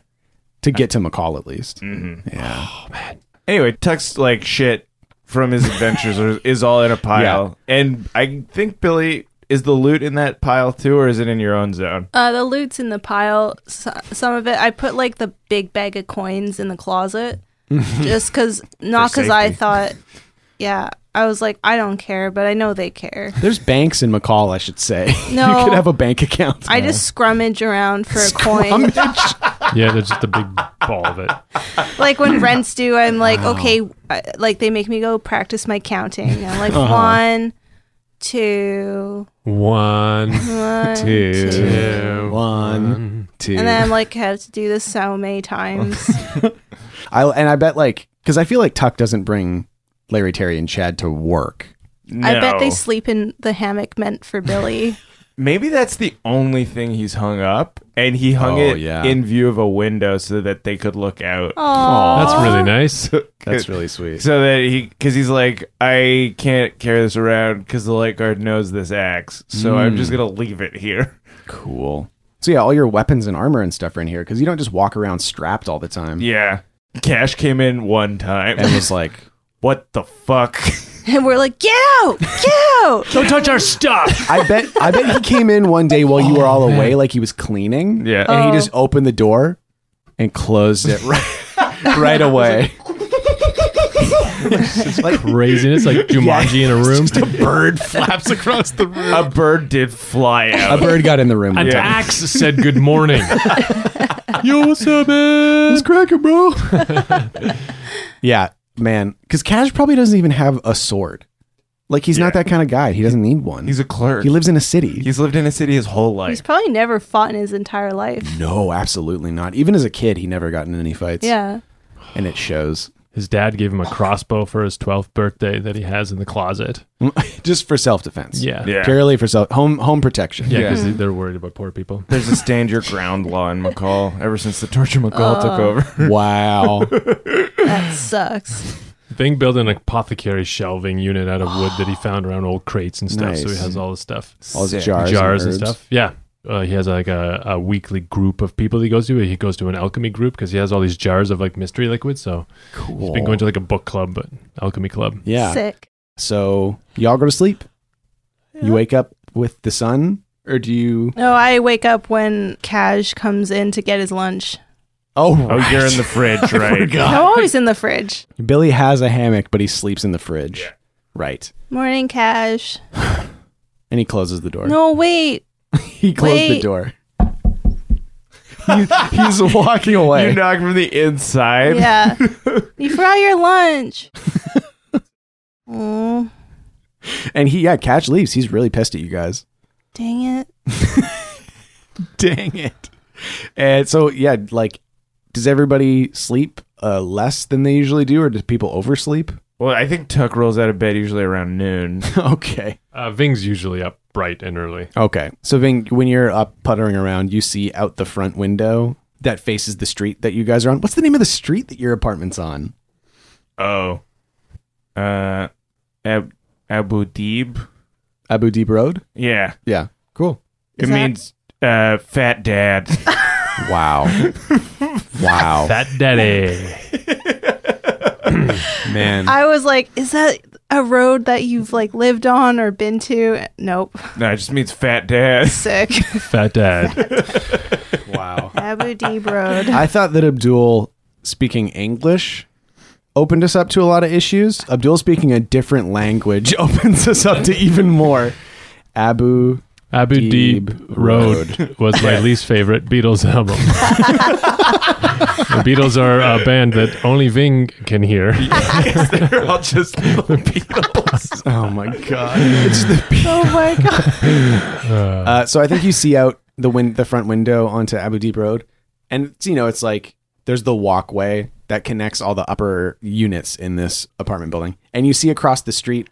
[SPEAKER 1] to get to McCall, at least. Yeah.
[SPEAKER 3] Anyway, Tuck's like shit from his adventures are- is all in a pile. And I think Billy is the loot in that pile too, or is it in your own zone?
[SPEAKER 4] Uh, the loot's in the pile. S some of it, I put like the big bag of coins in the closet, just because, not because I
[SPEAKER 3] safety.
[SPEAKER 4] thought, yeah, I was like, I don't care, but I know they care.
[SPEAKER 1] There's banks in McCall, I should say. you
[SPEAKER 4] No.
[SPEAKER 1] could have a bank account.
[SPEAKER 4] I just scrummage around for a coin.
[SPEAKER 2] Yeah, they're just a big ball of it.
[SPEAKER 4] like when rents do, I'm like, okay, I, like they make me go practice my counting. I'm like one, two,
[SPEAKER 2] One,
[SPEAKER 4] one,
[SPEAKER 2] two, two.
[SPEAKER 1] One, two.
[SPEAKER 4] and then I'm like, have to do this so many times.
[SPEAKER 1] I, and I bet, like, because I feel like Tuck doesn't bring Larry, Terry, and Chad to work.
[SPEAKER 4] I bet
[SPEAKER 3] No.
[SPEAKER 4] they sleep in the hammock meant for Billy.
[SPEAKER 3] Maybe that's the only thing he's hung up, and he hung
[SPEAKER 1] Oh,
[SPEAKER 3] it
[SPEAKER 1] yeah.
[SPEAKER 3] in view of a window so that they could look out.
[SPEAKER 4] Aw.
[SPEAKER 2] That's really nice.
[SPEAKER 1] That's really sweet.
[SPEAKER 3] So that he, because he's like, I can't carry this around because the light guard knows this axe, so I'm
[SPEAKER 1] Hmm.
[SPEAKER 3] just gonna leave it here.
[SPEAKER 1] Cool. So yeah, all your weapons and armor and stuff are in here because you don't just walk around strapped all the time.
[SPEAKER 3] Yeah, Cash came in one time
[SPEAKER 1] And was like,
[SPEAKER 3] what the fuck?
[SPEAKER 4] And we're like, get out, get out.
[SPEAKER 2] Don't touch our stuff.
[SPEAKER 1] I bet, I bet he came in one day while you were all away, like he was cleaning.
[SPEAKER 3] Yeah.
[SPEAKER 1] and
[SPEAKER 4] Oh.
[SPEAKER 1] he just opened the door and closed it right, right away.
[SPEAKER 2] Craziness like Jumanji in a room.
[SPEAKER 1] Bird flaps across the room.
[SPEAKER 3] a bird did fly
[SPEAKER 1] A
[SPEAKER 3] out.
[SPEAKER 1] bird got in the room.
[SPEAKER 2] An
[SPEAKER 1] Yeah.
[SPEAKER 2] axe said good morning. Yo, what's up, man?
[SPEAKER 1] It's cracking, bro. yeah, man. Because Cash probably doesn't even have a sword. Like he's not that kind of guy. He doesn't need one.
[SPEAKER 3] He's a clerk.
[SPEAKER 1] he lives in a city.
[SPEAKER 3] He's lived in a city his whole life.
[SPEAKER 4] He's probably never fought in his entire life.
[SPEAKER 1] no, absolutely not. Even as a kid, he never got in any fights.
[SPEAKER 4] Yeah.
[SPEAKER 1] and it shows.
[SPEAKER 2] His dad gave him a crossbow for his 12th birthday that he has in the closet.
[SPEAKER 1] Just for self defense.
[SPEAKER 2] Yeah.
[SPEAKER 3] Yeah.
[SPEAKER 1] purely for self home home protection.
[SPEAKER 2] Yeah, because
[SPEAKER 3] Yeah.
[SPEAKER 2] they're worried about poor people.
[SPEAKER 3] There's a stand your ground law in McCall ever since the torture McCall took over.
[SPEAKER 1] Wow.
[SPEAKER 4] That sucks.
[SPEAKER 2] Bing built an apothecary shelving unit out of wood that he found around old crates and stuff. So he
[SPEAKER 1] Nice.
[SPEAKER 2] has all this stuff.
[SPEAKER 1] All the
[SPEAKER 3] Sick.
[SPEAKER 1] jars,
[SPEAKER 2] jars and
[SPEAKER 1] herbs.
[SPEAKER 2] stuff. Yeah. Uh, he has like a, a weekly group of people he goes to. He goes to an alchemy group because he has all these jars of like mystery liquid. So
[SPEAKER 1] Cool.
[SPEAKER 2] he's been going to like a book club, but alchemy club.
[SPEAKER 1] yeah.
[SPEAKER 4] Sick.
[SPEAKER 1] So y'all go to sleep. You wake up with the sun, or do you?
[SPEAKER 4] No, I wake up when Cash comes in to get his lunch.
[SPEAKER 1] Oh,
[SPEAKER 3] Oh, you're in the fridge, right?
[SPEAKER 4] I'm always in the fridge.
[SPEAKER 1] Billy has a hammock, but he sleeps in the fridge. Right.
[SPEAKER 4] Morning, Cash.
[SPEAKER 1] And he closes the door.
[SPEAKER 4] No, wait.
[SPEAKER 1] he closed the
[SPEAKER 4] wait.
[SPEAKER 1] door. He- he's walking away.
[SPEAKER 3] You knock from the inside.
[SPEAKER 4] Yeah. you forgot your lunch. oh,
[SPEAKER 1] and he, yeah, Catch leaves. He's really pissed at you guys.
[SPEAKER 4] dang it.
[SPEAKER 1] Dang it. And so, yeah, like, does everybody sleep uh, less than they usually do, or do people oversleep?
[SPEAKER 3] Well, I think Tuck rolls out of bed usually around noon.
[SPEAKER 1] okay.
[SPEAKER 2] Uh, Ving's usually up bright and early.
[SPEAKER 1] Okay. So, Ving, when you're up puttering around, you see out the front window that faces the street that you guys are on. What's the name of the street that your apartment's on?
[SPEAKER 3] Oh. Uh, Ab- Abu Deeb?
[SPEAKER 1] Abu Deeb Road?
[SPEAKER 3] Yeah.
[SPEAKER 1] Yeah. Cool.
[SPEAKER 4] Is
[SPEAKER 3] it
[SPEAKER 4] that-
[SPEAKER 3] means uh, fat dad.
[SPEAKER 1] Wow. wow.
[SPEAKER 2] Fat Daddy.
[SPEAKER 1] man.
[SPEAKER 4] I was like, is that a road that you've like lived on or been to? Nope.
[SPEAKER 3] no, it just means fat dad.
[SPEAKER 4] Sick.
[SPEAKER 2] Fat Dad.
[SPEAKER 1] wow.
[SPEAKER 4] Abu Deeb Road.
[SPEAKER 1] I thought that Abdul speaking English opened us up to a lot of issues. Abdul speaking a different language opens us up to even more. Abu
[SPEAKER 2] Abu
[SPEAKER 1] Deeb
[SPEAKER 2] Deeb, Road, was my least favorite Beatles album. the Beatles are a band that only Ving can hear.
[SPEAKER 3] They're all just little Beatles.
[SPEAKER 1] Oh my god. It's the
[SPEAKER 4] Oh my god.
[SPEAKER 1] uh, so I think you see out the win- the front window onto Abu Deep Road and it's, you know it's like there's the walkway that connects all the upper units in this apartment building and you see across the street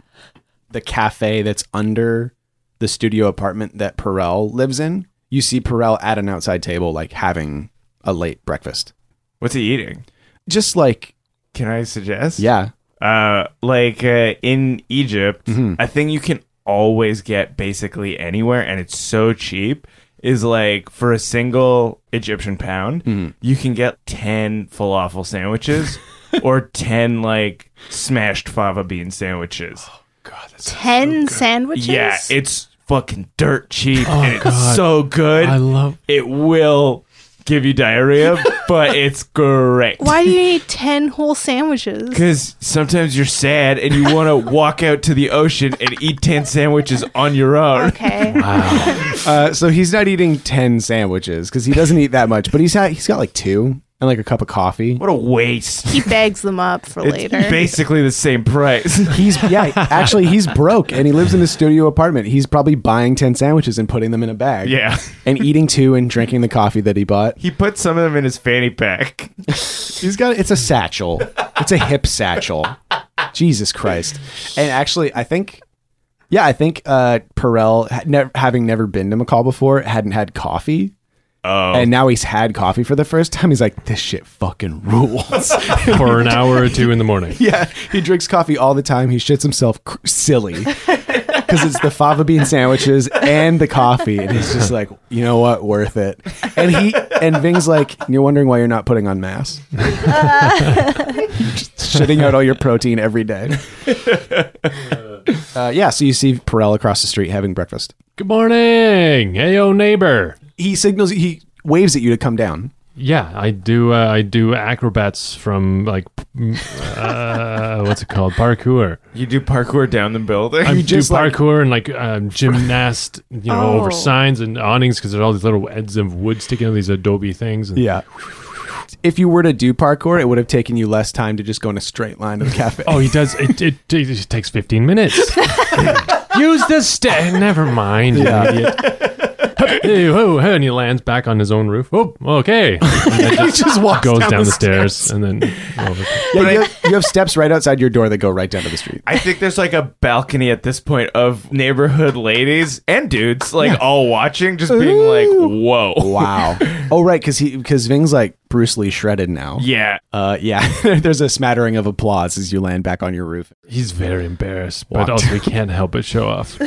[SPEAKER 1] the cafe that's under the studio apartment that Perel lives in. You see Perel at an outside table like having a late breakfast.
[SPEAKER 3] What's he eating?
[SPEAKER 1] Just like
[SPEAKER 3] Can I suggest?
[SPEAKER 1] yeah.
[SPEAKER 3] Uh, like uh, in Egypt,
[SPEAKER 2] Mm-hmm.
[SPEAKER 3] a thing you can always get basically anywhere, and it's so cheap. Is like for a single Egyptian pound,
[SPEAKER 2] Mm-hmm.
[SPEAKER 3] you can get ten falafel sandwiches or ten like smashed fava bean sandwiches.
[SPEAKER 2] Oh,
[SPEAKER 4] Ten sandwiches?
[SPEAKER 3] Yeah, it's fucking dirt cheap and it's
[SPEAKER 2] Oh, God.
[SPEAKER 3] so good.
[SPEAKER 2] I love.
[SPEAKER 3] it will give you diarrhea, but it's great.
[SPEAKER 4] Why do you need ten whole sandwiches?
[SPEAKER 3] Because sometimes you're sad and you want to walk out to the ocean and eat 10 sandwiches on your own.
[SPEAKER 4] Okay.
[SPEAKER 1] Uh, so he's not eating 10 sandwiches cuz he doesn't eat that much, but he's had, he's got like two and like a cup of coffee.
[SPEAKER 3] What a waste.
[SPEAKER 4] He bags them up for
[SPEAKER 3] It's
[SPEAKER 4] later.
[SPEAKER 3] basically the same price.
[SPEAKER 1] He's yeah, actually he's broke and he lives in a studio apartment. He's probably buying 10 sandwiches and putting them in a bag.
[SPEAKER 3] yeah.
[SPEAKER 1] And eating two and drinking the coffee that he bought.
[SPEAKER 3] He put some of them in his fanny pack.
[SPEAKER 1] He's got it's a satchel. It's a hip satchel. Jesus Christ. And actually, I think Yeah, I think uh, Perel, ha- nev- having never been to Macau before, hadn't had coffee. Oh. And now he's had coffee for the first time. He's like, this shit fucking rules.
[SPEAKER 2] for an hour or two in the morning.
[SPEAKER 1] yeah, he drinks coffee all the time. He shits himself cr- silly because it's the fava bean sandwiches and the coffee, and he's just like, you know what, worth it. And he and Ving's like, you're wondering why you're not putting on mass, just shitting out all your protein every day. Uh, yeah, so you see Perel across the street having breakfast.
[SPEAKER 2] Good morning, hey yo neighbor.
[SPEAKER 1] He signals, he waves at you to come down.
[SPEAKER 2] Yeah, I do. Uh, I do acrobats from like m- uh, what's it called parkour.
[SPEAKER 3] You do parkour down the building.
[SPEAKER 2] I do
[SPEAKER 1] just, like-
[SPEAKER 2] parkour and like um, gymnast, you know, over signs and awnings because there's all these little ends of wood sticking out of these adobe things. And
[SPEAKER 1] Yeah. If you were to do parkour, it would have taken you less time to just go in a straight line to the cafe.
[SPEAKER 2] Oh, he does. It, it, it just takes 15 minutes. Use the stick. Never mind, you
[SPEAKER 1] Yeah.
[SPEAKER 2] idiot. Hey, ho, ho, and he lands back on his own roof. Oh, okay. And then just,
[SPEAKER 1] walks
[SPEAKER 2] goes down, the stairs, and then over.
[SPEAKER 1] Yeah, you have, you have steps right outside your door that go right down to the street.
[SPEAKER 3] I think there's like a balcony at this point of neighborhood ladies and dudes like all watching, just being like, "Whoa,
[SPEAKER 1] Wow. oh, right, because he because Ving's like Bruce Lee shredded now.
[SPEAKER 3] yeah."
[SPEAKER 1] Uh, yeah. There's a smattering of applause as you land back on your roof,
[SPEAKER 2] he's very embarrassed, but
[SPEAKER 1] Walked.
[SPEAKER 2] also he can't help but show off.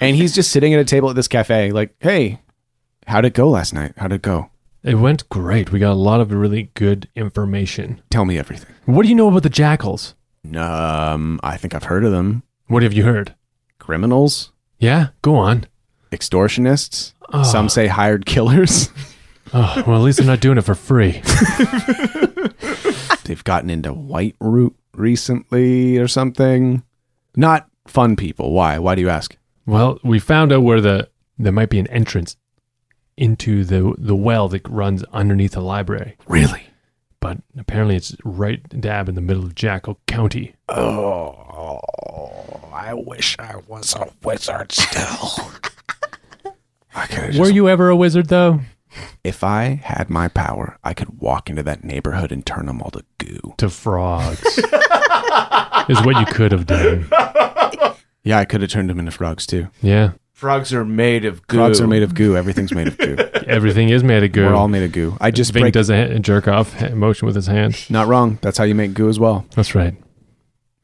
[SPEAKER 1] and he's just sitting at a table at this cafe, like, "Hey, how'd it go last night? How'd it go?
[SPEAKER 2] It went great. We got a lot of really good information.
[SPEAKER 1] Tell me everything."
[SPEAKER 2] What do you know about the jackals?
[SPEAKER 1] Um, I think I've heard of them.
[SPEAKER 2] What have you heard?
[SPEAKER 1] Criminals,
[SPEAKER 2] Yeah, go on.
[SPEAKER 1] extortionists.
[SPEAKER 2] Oh.
[SPEAKER 1] Some say hired killers.
[SPEAKER 2] Oh, well, at least they're not doing it for free.
[SPEAKER 1] They've gotten into white root recently or something. Not fun people. Why? Why do you ask?
[SPEAKER 2] Well, we found out where the there might be an entrance into the the well that runs underneath the library,
[SPEAKER 1] Really?
[SPEAKER 2] but apparently it's right dab in the middle of Jackal County.
[SPEAKER 1] Oh, I wish I was a wizard still. I could
[SPEAKER 2] Were you ever a wizard though?
[SPEAKER 1] if I had my power, I could walk into that neighborhood and turn them all to goo.
[SPEAKER 2] To frogs. is what you could have done.
[SPEAKER 1] Yeah, I could have turned them into frogs too.
[SPEAKER 2] Yeah.
[SPEAKER 3] Frogs are made of goo.
[SPEAKER 1] Frogs are made of goo. Everything's made of goo.
[SPEAKER 2] Everything is made of goo.
[SPEAKER 1] We're all made of goo. I just
[SPEAKER 2] Ving
[SPEAKER 1] break.
[SPEAKER 2] does a, ha- a jerk off ha- motion with his hand.
[SPEAKER 1] Not wrong. That's how you make goo as well.
[SPEAKER 2] That's right.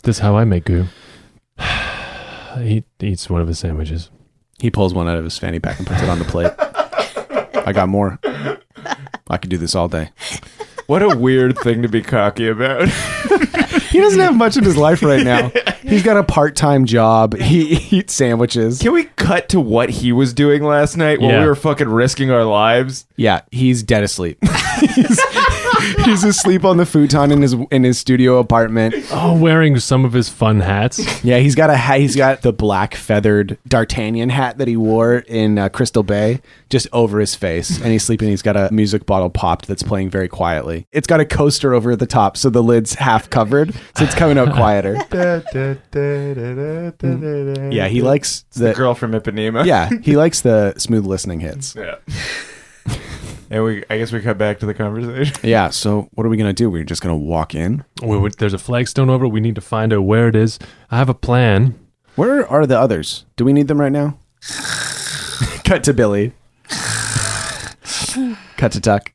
[SPEAKER 2] This is how I make goo. he eats one of his sandwiches.
[SPEAKER 1] He pulls one out of his fanny pack and puts it on the plate. I got more. I could do this all day.
[SPEAKER 3] What a weird thing to be cocky about.
[SPEAKER 1] He doesn't have much in his life right now. He's got a part-time job. He eats sandwiches.
[SPEAKER 3] Can we cut to what he was doing last night while
[SPEAKER 2] Yeah.
[SPEAKER 3] we were fucking risking our lives?
[SPEAKER 1] Yeah, he's dead asleep. he's, he's asleep on the futon in his in his studio apartment.
[SPEAKER 2] Oh, wearing some of his fun hats.
[SPEAKER 1] Yeah, he's got a hat. He's got the black feathered D'Artagnan hat that he wore in uh, Crystal Bay, just over his face, and he's sleeping. He's got a music bottle popped that's playing very quietly. It's got a coaster over the top, so the lid's half covered, so it's coming out quieter. Yeah, he likes
[SPEAKER 3] The
[SPEAKER 1] the.
[SPEAKER 3] girl from Ipanema.
[SPEAKER 1] Yeah, he likes the smooth listening hits.
[SPEAKER 3] Yeah. and we, I guess we cut back to the conversation.
[SPEAKER 1] Yeah, so what are we gonna do? We're just gonna walk in.
[SPEAKER 2] We, we, there's a flagstone over. it. We need to find out where it is. I have a plan.
[SPEAKER 1] Where are the others? Do we need them right now? Cut to Billy. Cut to Tuck.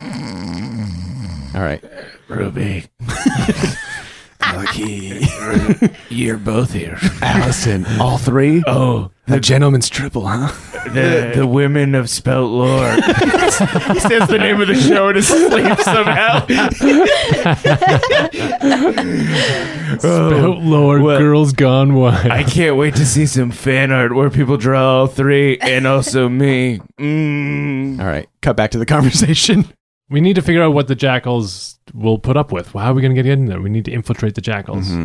[SPEAKER 1] All right.
[SPEAKER 6] Ruby. Lucky. You're both here.
[SPEAKER 1] Allison, all three?
[SPEAKER 6] Oh,
[SPEAKER 1] the gentleman's triple, huh?
[SPEAKER 6] the, the women of Spelt Lore.
[SPEAKER 3] He says the name of the show in his sleep somehow.
[SPEAKER 2] Spout Lord,
[SPEAKER 6] well-
[SPEAKER 2] girls gone wild.
[SPEAKER 6] I can't wait to see some fan art where people draw all three and also me. Mm.
[SPEAKER 1] All right. Cut back to the conversation.
[SPEAKER 2] we need to figure out what the jackals will put up with. How are we going to get in there? We need to infiltrate the jackals, or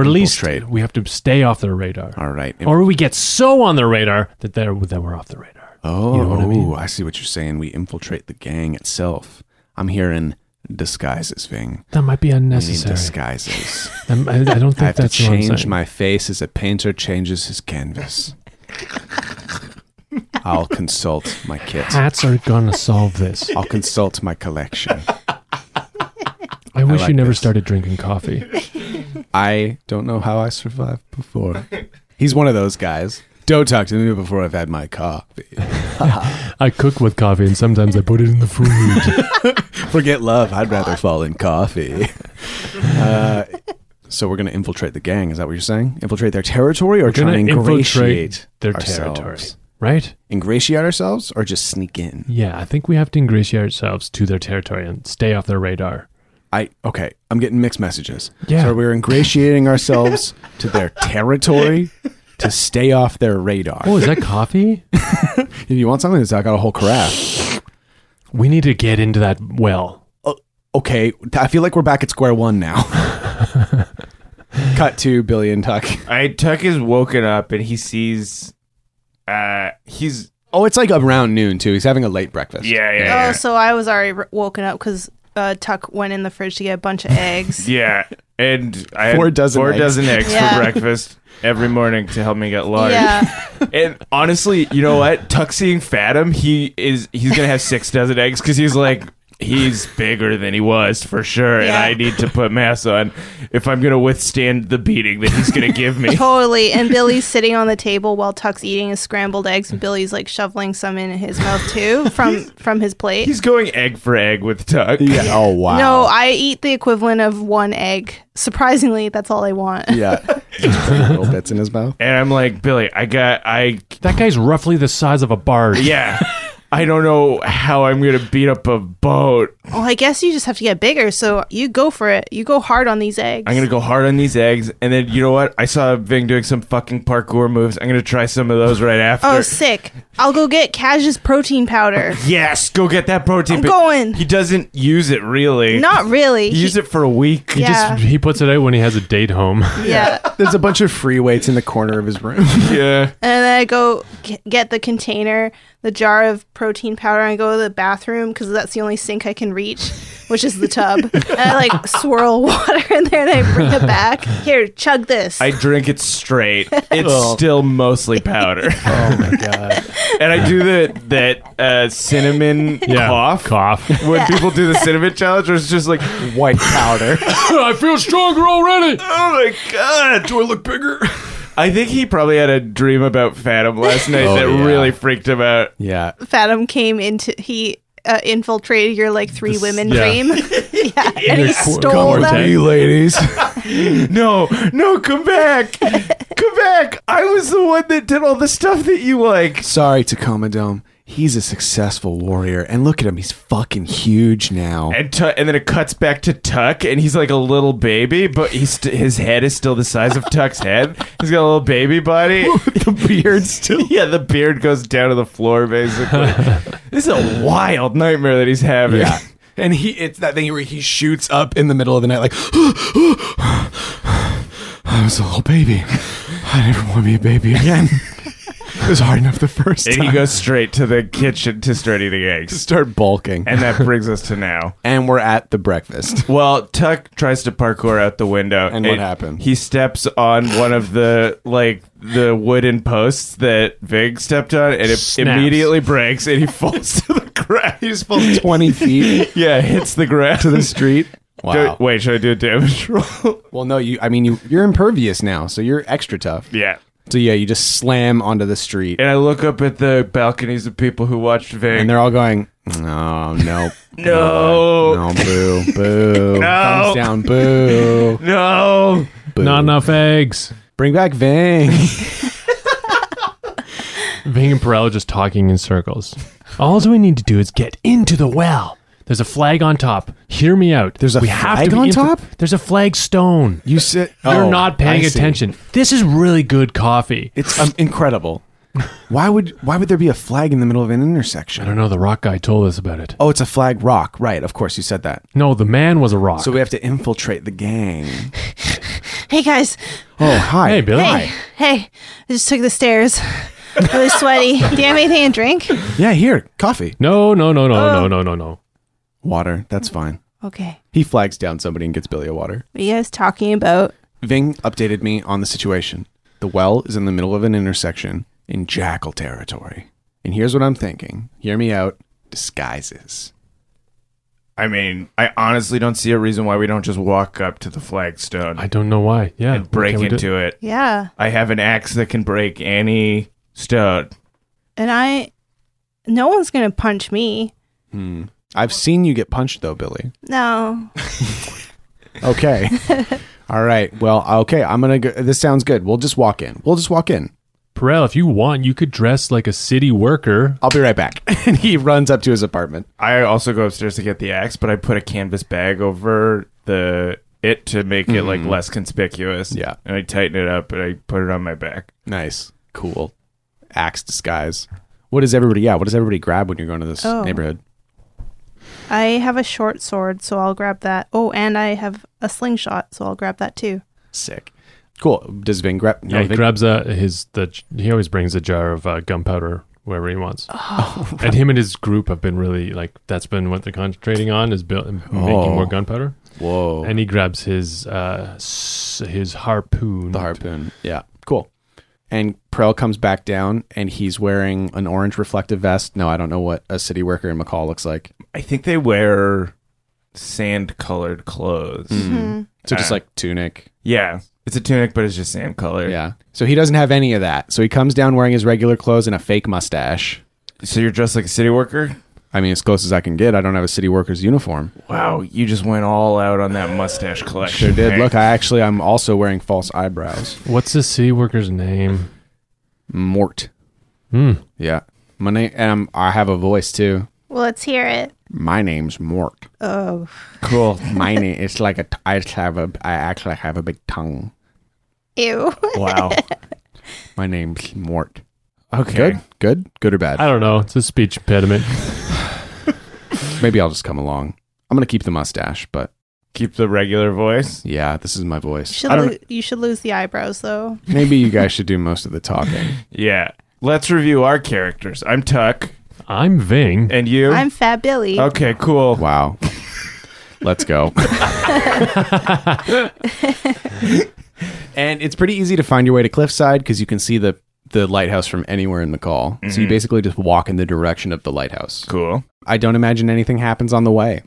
[SPEAKER 2] at least
[SPEAKER 1] Infiltrate.
[SPEAKER 2] we have to stay off their radar,
[SPEAKER 1] All right.
[SPEAKER 2] or we get so on their radar that they're that we're off the radar.
[SPEAKER 1] oh,
[SPEAKER 2] know what I mean?
[SPEAKER 1] I see what you're saying. We infiltrate the gang itself. I'm hearing disguises, Ving.
[SPEAKER 2] That might be
[SPEAKER 1] We need
[SPEAKER 2] unnecessary.
[SPEAKER 1] disguises.
[SPEAKER 2] Um, I, I don't think
[SPEAKER 1] I have to
[SPEAKER 2] that's what I'm
[SPEAKER 1] change
[SPEAKER 2] saying.
[SPEAKER 1] my face as a painter changes his canvas. I'll consult my kit.
[SPEAKER 2] Hats are gonna solve this.
[SPEAKER 1] I'll consult my collection.
[SPEAKER 2] I wish
[SPEAKER 1] like
[SPEAKER 2] you never
[SPEAKER 1] this.
[SPEAKER 2] started drinking coffee.
[SPEAKER 1] I don't know how I survived before. He's one of those guys. Don't talk to me before I've had my coffee.
[SPEAKER 2] I cook with coffee and sometimes I put it in the food.
[SPEAKER 1] Forget love. I'd rather fall in coffee. Uh, so we're going to infiltrate the gang. Is that what you're saying? Infiltrate their territory or try
[SPEAKER 2] gonna
[SPEAKER 1] and
[SPEAKER 2] infiltrate
[SPEAKER 1] ingratiate
[SPEAKER 2] their
[SPEAKER 1] ourselves?
[SPEAKER 2] territory. Right?
[SPEAKER 1] Ingratiate ourselves or just sneak in?
[SPEAKER 2] Yeah, I think we have to ingratiate ourselves to their territory and stay off their radar.
[SPEAKER 1] I okay. I'm getting mixed messages.
[SPEAKER 2] Yeah.
[SPEAKER 1] So we're ingratiating ourselves to their territory to stay off their radar.
[SPEAKER 2] Oh, is that coffee?
[SPEAKER 1] If you want something, it's I got a whole carafe.
[SPEAKER 2] We need to get into that well.
[SPEAKER 1] Okay, I feel like we're back at square one now. Cut to Billy and Tuck.
[SPEAKER 3] I Tuck is woken up and he sees, uh, he's
[SPEAKER 1] Oh, it's like around noon too. He's having a late breakfast.
[SPEAKER 3] yeah yeah
[SPEAKER 4] Oh,
[SPEAKER 3] yeah.
[SPEAKER 4] so I was already r- woken up because uh, Tuck went in the fridge to get a bunch of eggs.
[SPEAKER 3] Yeah, and I had
[SPEAKER 1] Four dozen
[SPEAKER 3] four
[SPEAKER 1] eggs.
[SPEAKER 3] dozen eggs
[SPEAKER 4] Yeah.
[SPEAKER 3] for breakfast every morning to help me get large.
[SPEAKER 4] yeah.
[SPEAKER 3] And honestly, you know what? Tuck seeing Fathom, he is he's gonna have six dozen eggs because he's like he's bigger than he was for sure, and
[SPEAKER 4] Yeah.
[SPEAKER 3] I need to put mass on if I'm gonna withstand the beating that he's gonna give me.
[SPEAKER 4] Totally. And Billy's sitting on the table while Tuck's eating his scrambled eggs, and Billy's like shoveling some in his mouth too from from his plate.
[SPEAKER 3] He's going egg for egg with Tuck.
[SPEAKER 1] Yeah. Oh wow.
[SPEAKER 4] No, I eat the equivalent of one egg. Surprisingly, that's all I want.
[SPEAKER 1] Yeah. Just putting little bits in his mouth.
[SPEAKER 3] And I'm like, Billy, I got I
[SPEAKER 2] That guy's roughly the size of a barge.
[SPEAKER 3] yeah. I don't know how I'm gonna beat up a boat.
[SPEAKER 4] Well, I guess you just have to get bigger, so you go for it. You go hard on these eggs.
[SPEAKER 3] I'm gonna go hard on these eggs, and then you know what? I saw Ving doing some fucking parkour moves. I'm gonna try some of those right after.
[SPEAKER 4] Oh, sick. I'll go get Cash's protein powder.
[SPEAKER 3] yes, go get that protein.
[SPEAKER 4] I'm
[SPEAKER 3] but
[SPEAKER 4] going.
[SPEAKER 3] He doesn't use it really.
[SPEAKER 4] Not really.
[SPEAKER 3] He used it for a week.
[SPEAKER 4] He
[SPEAKER 2] Just, he puts it out when he has a date home.
[SPEAKER 4] yeah.
[SPEAKER 1] There's a bunch of free weights in the corner of his room.
[SPEAKER 3] Yeah.
[SPEAKER 4] And then I go g- get the container, the jar of protein powder, and I go to the bathroom because that's the only sink I can reach, which is the tub. and I like swirl water in there and I bring it back. Here, chug this.
[SPEAKER 3] I drink it straight. It's
[SPEAKER 1] Oh.
[SPEAKER 3] still mostly powder.
[SPEAKER 2] Oh my god.
[SPEAKER 3] and I do the that uh, cinnamon
[SPEAKER 2] Yeah.
[SPEAKER 3] cough.
[SPEAKER 2] Cough.
[SPEAKER 3] When people do the cinnamon challenge, where it's just like, oh
[SPEAKER 1] White powder.
[SPEAKER 2] I feel stronger already.
[SPEAKER 3] Oh my god, do I look bigger? I think he probably had a dream about Fathom last night
[SPEAKER 1] Oh,
[SPEAKER 3] that
[SPEAKER 1] yeah.
[SPEAKER 3] really freaked him out.
[SPEAKER 1] Yeah.
[SPEAKER 4] Fathom came into he uh, infiltrated your like three women
[SPEAKER 2] yeah.
[SPEAKER 4] dream. yeah, and
[SPEAKER 2] Your
[SPEAKER 4] he
[SPEAKER 2] qu-
[SPEAKER 4] stole
[SPEAKER 2] quartet.
[SPEAKER 4] them.
[SPEAKER 2] Hey,
[SPEAKER 1] ladies.
[SPEAKER 3] No, no, come back. come back. I was the one that did all the stuff that you like.
[SPEAKER 1] Sorry, Tacoma Dome. He's a successful warrior, and look at him. He's fucking huge now.
[SPEAKER 3] And, tu- and then it cuts back to Tuck, and he's like a little baby, but he's st- his head is still the size of Tuck's head. He's got a little baby body. the beard still. Yeah, the beard goes down to the floor, basically. this is a wild nightmare that he's having.
[SPEAKER 1] yeah. And he, it's that thing where he shoots up in the middle of the night, like, I was a little baby. I never want to be a baby again. it was hard enough the first
[SPEAKER 3] And
[SPEAKER 1] time.
[SPEAKER 3] he goes straight to the kitchen to start eating eggs.
[SPEAKER 1] start bulking.
[SPEAKER 3] And that brings us to now.
[SPEAKER 1] and we're at the breakfast.
[SPEAKER 3] Well, Tuck tries to parkour out the window,
[SPEAKER 1] And what happened?
[SPEAKER 3] He steps on one of the like the wooden posts that Vig stepped on, and it
[SPEAKER 2] Snaps.
[SPEAKER 3] immediately breaks, and he falls to the ground. He just falls.
[SPEAKER 1] 20 feet
[SPEAKER 3] yeah, hits the ground
[SPEAKER 1] to the street. Wow.
[SPEAKER 3] wait, should I do a damage roll?
[SPEAKER 1] Well, no, you. I mean, you. You're impervious now, so you're extra tough.
[SPEAKER 3] yeah.
[SPEAKER 1] So yeah, you just slam onto the street,
[SPEAKER 3] And I look up at the balconies of people who watched Vig.
[SPEAKER 1] and they're all going, "No, no,
[SPEAKER 3] no,
[SPEAKER 1] no, boo, boo, thumbs down, boo,
[SPEAKER 3] no.
[SPEAKER 1] boo."
[SPEAKER 2] Not enough eggs.
[SPEAKER 1] Bring back Vang.
[SPEAKER 2] Ving and Perella just talking in circles. All we need to do is get into the well. There's a flag on top. Hear me out.
[SPEAKER 1] There's a
[SPEAKER 2] we
[SPEAKER 1] flag
[SPEAKER 2] be
[SPEAKER 1] on
[SPEAKER 2] infil-
[SPEAKER 1] top?
[SPEAKER 2] There's a flagstone.
[SPEAKER 1] You sit.
[SPEAKER 2] You're
[SPEAKER 1] oh,
[SPEAKER 2] not
[SPEAKER 1] I
[SPEAKER 2] paying
[SPEAKER 1] see.
[SPEAKER 2] attention. This is really good coffee.
[SPEAKER 1] It's um, incredible. Why would why would there be a flag in the middle of an intersection?
[SPEAKER 2] I don't know. The rock guy told us about it.
[SPEAKER 1] Oh, it's a flag rock. Right. Of course, you said that.
[SPEAKER 2] No, the man was a rock.
[SPEAKER 1] So we have to infiltrate the gang.
[SPEAKER 4] Hey guys,
[SPEAKER 1] Oh, hi.
[SPEAKER 2] hey, Billy.
[SPEAKER 4] hey, hey! I just took the stairs. Really sweaty. Do you have anything to drink?
[SPEAKER 1] Yeah, here, coffee,
[SPEAKER 2] No, no, no, no, no, no, no, no.
[SPEAKER 1] water. That's fine.
[SPEAKER 4] Okay.
[SPEAKER 1] He flags down somebody and gets Billy a water.
[SPEAKER 4] What are you guys talking about?
[SPEAKER 1] Ving updated me on the situation. The well is in the middle of an intersection in jackal territory. And here's what I'm thinking. Hear me out. Disguises.
[SPEAKER 3] I mean, I honestly don't see a reason why we don't just walk up to the flagstone
[SPEAKER 2] I don't know why. Yeah.
[SPEAKER 3] and break
[SPEAKER 2] Can we do-
[SPEAKER 3] into it.
[SPEAKER 4] Yeah.
[SPEAKER 3] I have an axe that can break any stone.
[SPEAKER 4] And I, no one's going to punch me.
[SPEAKER 1] Hmm. I've seen you get punched though, Billy.
[SPEAKER 4] No.
[SPEAKER 1] Okay. All right. Well, okay. I'm gonna. Go, this sounds good. We'll just walk in. We'll just walk in.
[SPEAKER 2] Perel, if you want, you could dress like a city worker.
[SPEAKER 1] I'll be right back. and he runs up to his apartment.
[SPEAKER 3] I also go upstairs to get the axe, but I put a canvas bag over the it to make it like less conspicuous.
[SPEAKER 1] Mm-hmm. Yeah.
[SPEAKER 3] and I tighten it up and I put it on my back.
[SPEAKER 1] Nice. Cool. Axe disguise. What does everybody? Yeah. What does everybody grab when you're going to this
[SPEAKER 4] Oh.
[SPEAKER 1] neighborhood?
[SPEAKER 4] I have a short sword, so I'll grab that. Oh, and I have a slingshot, so I'll grab that too.
[SPEAKER 1] Sick. Cool. Does Ving grab?
[SPEAKER 2] Yeah, he
[SPEAKER 1] Ving-
[SPEAKER 2] grabs uh, his the he always brings a jar of uh, gunpowder wherever he wants.
[SPEAKER 1] Oh.
[SPEAKER 2] and him and his group have been really like that's been what they're concentrating on is build, making
[SPEAKER 1] Oh.
[SPEAKER 2] more gunpowder.
[SPEAKER 1] Whoa.
[SPEAKER 2] And he grabs his uh s- his harpoon.
[SPEAKER 1] the harpoon. Yeah. Cool. And Prell comes back down, and he's wearing an orange reflective vest. No, I don't know what a city worker in McCall looks like.
[SPEAKER 3] I think they wear sand colored clothes.
[SPEAKER 1] So just
[SPEAKER 3] Uh.
[SPEAKER 1] like tunic.
[SPEAKER 3] Yeah, it's a tunic, but it's just sand colored.
[SPEAKER 1] Yeah. So he doesn't have any of that. So he comes down wearing his regular clothes and a fake mustache.
[SPEAKER 3] So you're dressed like a city worker.
[SPEAKER 1] I mean, as close as I can get. I don't have a city worker's uniform.
[SPEAKER 3] Wow, you just went all out on that mustache collection.
[SPEAKER 1] Sure did.
[SPEAKER 3] man.
[SPEAKER 1] Look, I actually, I'm also wearing false eyebrows.
[SPEAKER 2] What's the city worker's name?
[SPEAKER 1] Mort.
[SPEAKER 2] Hmm.
[SPEAKER 1] Yeah. My name, and I'm, I have a voice too.
[SPEAKER 4] Well, let's hear it.
[SPEAKER 1] My name's Mort.
[SPEAKER 4] Oh.
[SPEAKER 1] Cool. My name, it's like a, t- I just have a, I actually have a big tongue.
[SPEAKER 4] Ew.
[SPEAKER 3] wow.
[SPEAKER 1] My name's Mort.
[SPEAKER 3] Okay.
[SPEAKER 1] Good, good, good or bad.
[SPEAKER 2] I don't know. It's a speech impediment.
[SPEAKER 1] Maybe I'll just come along. I'm gonna keep the mustache, but
[SPEAKER 3] Keep the regular voice.
[SPEAKER 1] yeah, this is my
[SPEAKER 4] You
[SPEAKER 1] voice. Uh,
[SPEAKER 4] should,
[SPEAKER 3] I don't-
[SPEAKER 4] lo- you should lose the eyebrows, though.
[SPEAKER 1] Maybe you guys should do most of the talking.
[SPEAKER 3] Yeah. Let's review our characters. I'm Tuck,
[SPEAKER 2] I'm Ving.
[SPEAKER 1] Eh.
[SPEAKER 3] and you.
[SPEAKER 4] I'm Fat Billy.
[SPEAKER 3] okay. Cool.
[SPEAKER 1] Wow. Let's go. and it's pretty easy to find your way to cliffside because you can see the the lighthouse from anywhere in McCall. So you basically just walk in the direction of the lighthouse.
[SPEAKER 3] Cool.
[SPEAKER 1] I don't imagine anything happens on the way.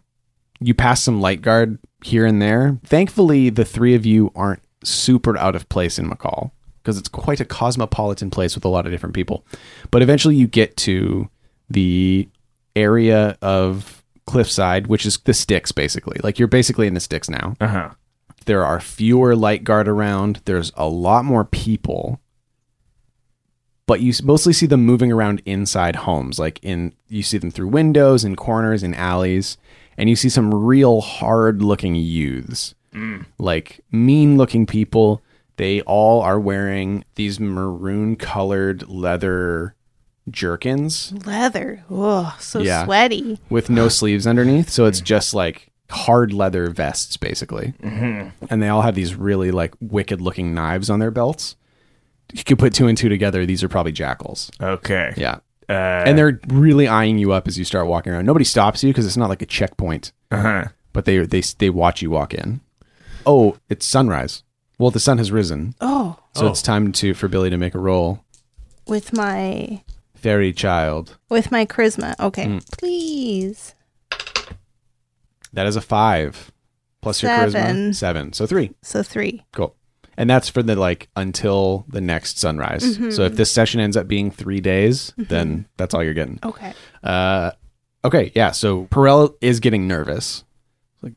[SPEAKER 1] You pass some light guard here and there. Thankfully, the three of you aren't super out of place in McCall because it's quite a cosmopolitan place with a lot of different people. But eventually, you get to the area of Cliffside, which is the sticks, basically. Like you're basically in the sticks now.
[SPEAKER 3] Uh huh.
[SPEAKER 1] There are fewer light guard around. There's a lot more people, but you s- mostly see them moving around inside homes. Like in, you see them through windows and corners and alleys, and you see some real hard-looking youths, like mean-looking people. They all are wearing these maroon-colored leather jerkins
[SPEAKER 4] Leather. Oh, so
[SPEAKER 1] Yeah.
[SPEAKER 4] sweaty.
[SPEAKER 1] with no sleeves underneath. So it's just like hard leather vests, basically. And they all have these really like wicked looking knives on their belts. You could put two and two together. These are probably jackals.
[SPEAKER 3] Okay.
[SPEAKER 1] Yeah.
[SPEAKER 3] Uh,
[SPEAKER 1] And they're really eyeing you up as you start walking around. Nobody stops you because it's not like a checkpoint,
[SPEAKER 3] uh-huh.
[SPEAKER 1] but they, they, they watch you walk in. Oh, it's sunrise. Well, the sun has risen.
[SPEAKER 4] Oh,
[SPEAKER 1] So
[SPEAKER 2] Oh.
[SPEAKER 1] it's time to for Billy to make a roll.
[SPEAKER 4] with my
[SPEAKER 1] Fairy child.
[SPEAKER 4] with my charisma. Okay,
[SPEAKER 1] Hmm.
[SPEAKER 4] please.
[SPEAKER 1] That is a five plus your
[SPEAKER 4] Seven.
[SPEAKER 1] charisma. Seven. So three.
[SPEAKER 4] So three.
[SPEAKER 1] Cool. And that's for the like until the next sunrise. So if this session ends up being three days, then that's all you're getting.
[SPEAKER 4] Okay.
[SPEAKER 1] Uh, okay, yeah. So Perel is getting nervous. Like,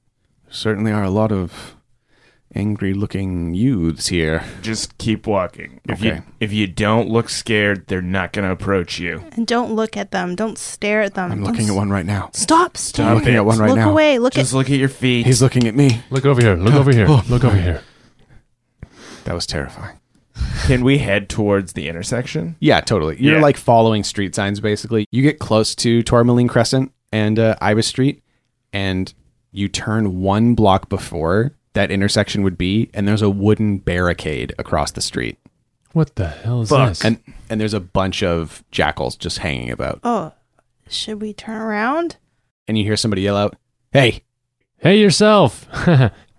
[SPEAKER 1] certainly are a lot of angry-looking youths here.
[SPEAKER 3] Just keep walking. If
[SPEAKER 1] Okay.
[SPEAKER 3] you if you don't look scared, they're not gonna approach you.
[SPEAKER 4] And don't look at them. Don't stare at them.
[SPEAKER 1] I'm
[SPEAKER 4] Don't Um,
[SPEAKER 1] looking
[SPEAKER 4] s-
[SPEAKER 1] at one right now.
[SPEAKER 4] Stop.
[SPEAKER 1] I'm
[SPEAKER 4] Stop.
[SPEAKER 1] looking at one right
[SPEAKER 4] look
[SPEAKER 1] now.
[SPEAKER 4] away. Look
[SPEAKER 3] Just
[SPEAKER 4] at.
[SPEAKER 3] look at your feet.
[SPEAKER 1] He's looking at me.
[SPEAKER 2] Look over here. Look over here.
[SPEAKER 1] Oh.
[SPEAKER 2] Look over here.
[SPEAKER 1] That was terrifying.
[SPEAKER 3] Can we head towards the intersection?
[SPEAKER 1] Yeah, totally. You're
[SPEAKER 3] Yeah.
[SPEAKER 1] like following street signs basically. You get close to Tourmaline Crescent and uh, Iva Street, and you turn one block before that intersection would be, and there's a wooden barricade across the street,
[SPEAKER 2] What the hell is
[SPEAKER 3] Fuck.
[SPEAKER 2] this?
[SPEAKER 1] and and there's a bunch of jackals just hanging about,
[SPEAKER 4] Oh, should we turn around?
[SPEAKER 1] and you hear somebody yell out, "Hey!"
[SPEAKER 2] Hey yourself!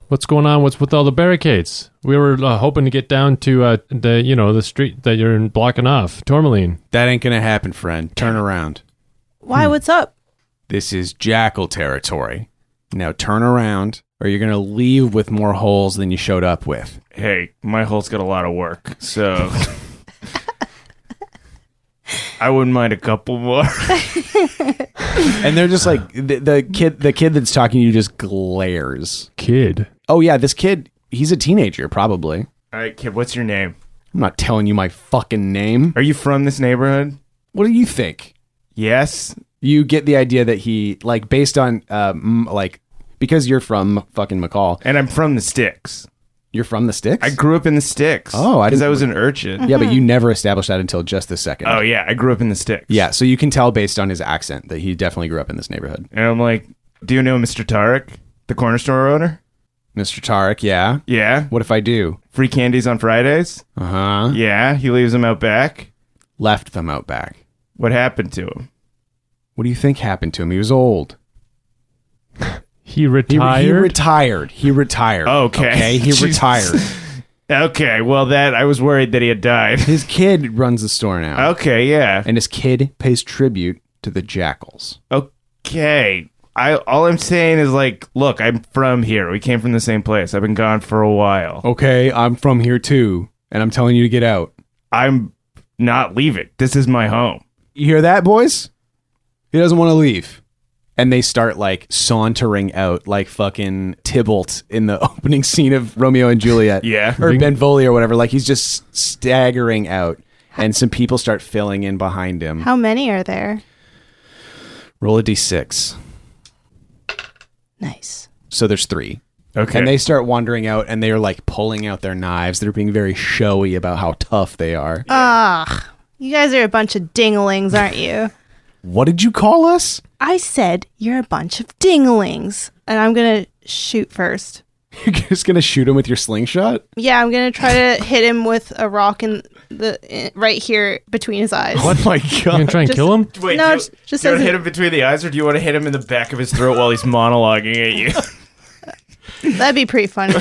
[SPEAKER 2] What's going on? What's with all the barricades? We were uh, hoping to get down to uh, the you know the street that you're blocking off, Tourmaline.
[SPEAKER 1] That ain't gonna happen, friend. Turn around.
[SPEAKER 4] Why? What's up?
[SPEAKER 1] This is jackal territory. Now turn around, or you're going to leave with more holes than you showed up with.
[SPEAKER 3] Hey, my hole's got a lot of work, so I wouldn't mind a couple more.
[SPEAKER 1] And they're just like the, the kid. The kid that's talking to you just glares.
[SPEAKER 2] Kid.
[SPEAKER 1] Oh yeah, this kid. He's a teenager, probably.
[SPEAKER 3] All right, kid, what's your name?
[SPEAKER 1] I'm not telling you my fucking name.
[SPEAKER 3] Are you from this neighborhood?
[SPEAKER 1] What do you think?
[SPEAKER 3] Yes.
[SPEAKER 1] You get the idea that he like based on um like because you're from fucking McCall.
[SPEAKER 3] And I'm from the sticks.
[SPEAKER 1] You're from the sticks.
[SPEAKER 3] I grew up in the sticks.
[SPEAKER 1] Oh, I
[SPEAKER 3] because
[SPEAKER 1] didn't-
[SPEAKER 3] I was an urchin.
[SPEAKER 1] yeah, but you never established that until just this second.
[SPEAKER 3] Oh yeah, I grew up in the sticks.
[SPEAKER 1] Yeah, so you can tell based on his accent that he definitely grew up in this neighborhood.
[SPEAKER 3] And I'm like, do you know Mr. Tarek, the corner store owner?
[SPEAKER 1] Mr. Tarek, yeah.
[SPEAKER 3] Yeah.
[SPEAKER 1] What if I do?
[SPEAKER 3] Free candies on Fridays?
[SPEAKER 1] Uh huh.
[SPEAKER 3] Yeah. He leaves them out back.
[SPEAKER 1] Left them out back.
[SPEAKER 3] What happened to him?
[SPEAKER 1] What do you think happened to him? He was old.
[SPEAKER 2] He
[SPEAKER 1] He, he
[SPEAKER 2] retired.
[SPEAKER 1] retired. He retired.
[SPEAKER 3] Okay.
[SPEAKER 1] He
[SPEAKER 3] Jesus.
[SPEAKER 1] retired.
[SPEAKER 3] Okay. Well, that I was worried that he had died.
[SPEAKER 1] His kid runs the store now.
[SPEAKER 3] okay. Yeah.
[SPEAKER 1] And his kid pays tribute to the jackals.
[SPEAKER 3] Okay. I all I'm saying is like, look, I'm from here. We came from the same place. I've been gone for a while.
[SPEAKER 1] Okay, I'm from here too, and I'm telling you to get out.
[SPEAKER 3] I'm not leaving. This is my home.
[SPEAKER 1] You hear that, boys? He doesn't want to leave. And they start like sauntering out like fucking Tybalt in the opening scene of Romeo and Juliet.
[SPEAKER 3] Yeah.
[SPEAKER 1] Or Benvolio or whatever. Like he's just staggering out. And some people start filling in behind him.
[SPEAKER 4] How many are there?
[SPEAKER 1] Roll a d6.
[SPEAKER 4] Nice.
[SPEAKER 1] So there's three.
[SPEAKER 3] Okay.
[SPEAKER 1] And they start wandering out and they're like pulling out their knives. They're being very showy about how tough they are.
[SPEAKER 4] Ugh. You guys are a bunch of dinglings, aren't you?
[SPEAKER 1] what did you call us?
[SPEAKER 4] I said you're a bunch of dinglings. And I'm going to shoot first.
[SPEAKER 1] You're just going to shoot him with your slingshot?
[SPEAKER 4] Yeah, I'm going to try to hit him with a rock in the in, right here between his eyes.
[SPEAKER 1] Oh my
[SPEAKER 2] you gonna
[SPEAKER 1] God.
[SPEAKER 2] try and
[SPEAKER 4] Just-
[SPEAKER 2] kill him?
[SPEAKER 3] Wait,
[SPEAKER 4] No,
[SPEAKER 3] do,
[SPEAKER 4] it's- just
[SPEAKER 3] do you want
[SPEAKER 4] says-
[SPEAKER 3] to hit him between the eyes, or do you want to hit him in the back of his throat while he's monologuing at you?
[SPEAKER 4] That'd be pretty funny.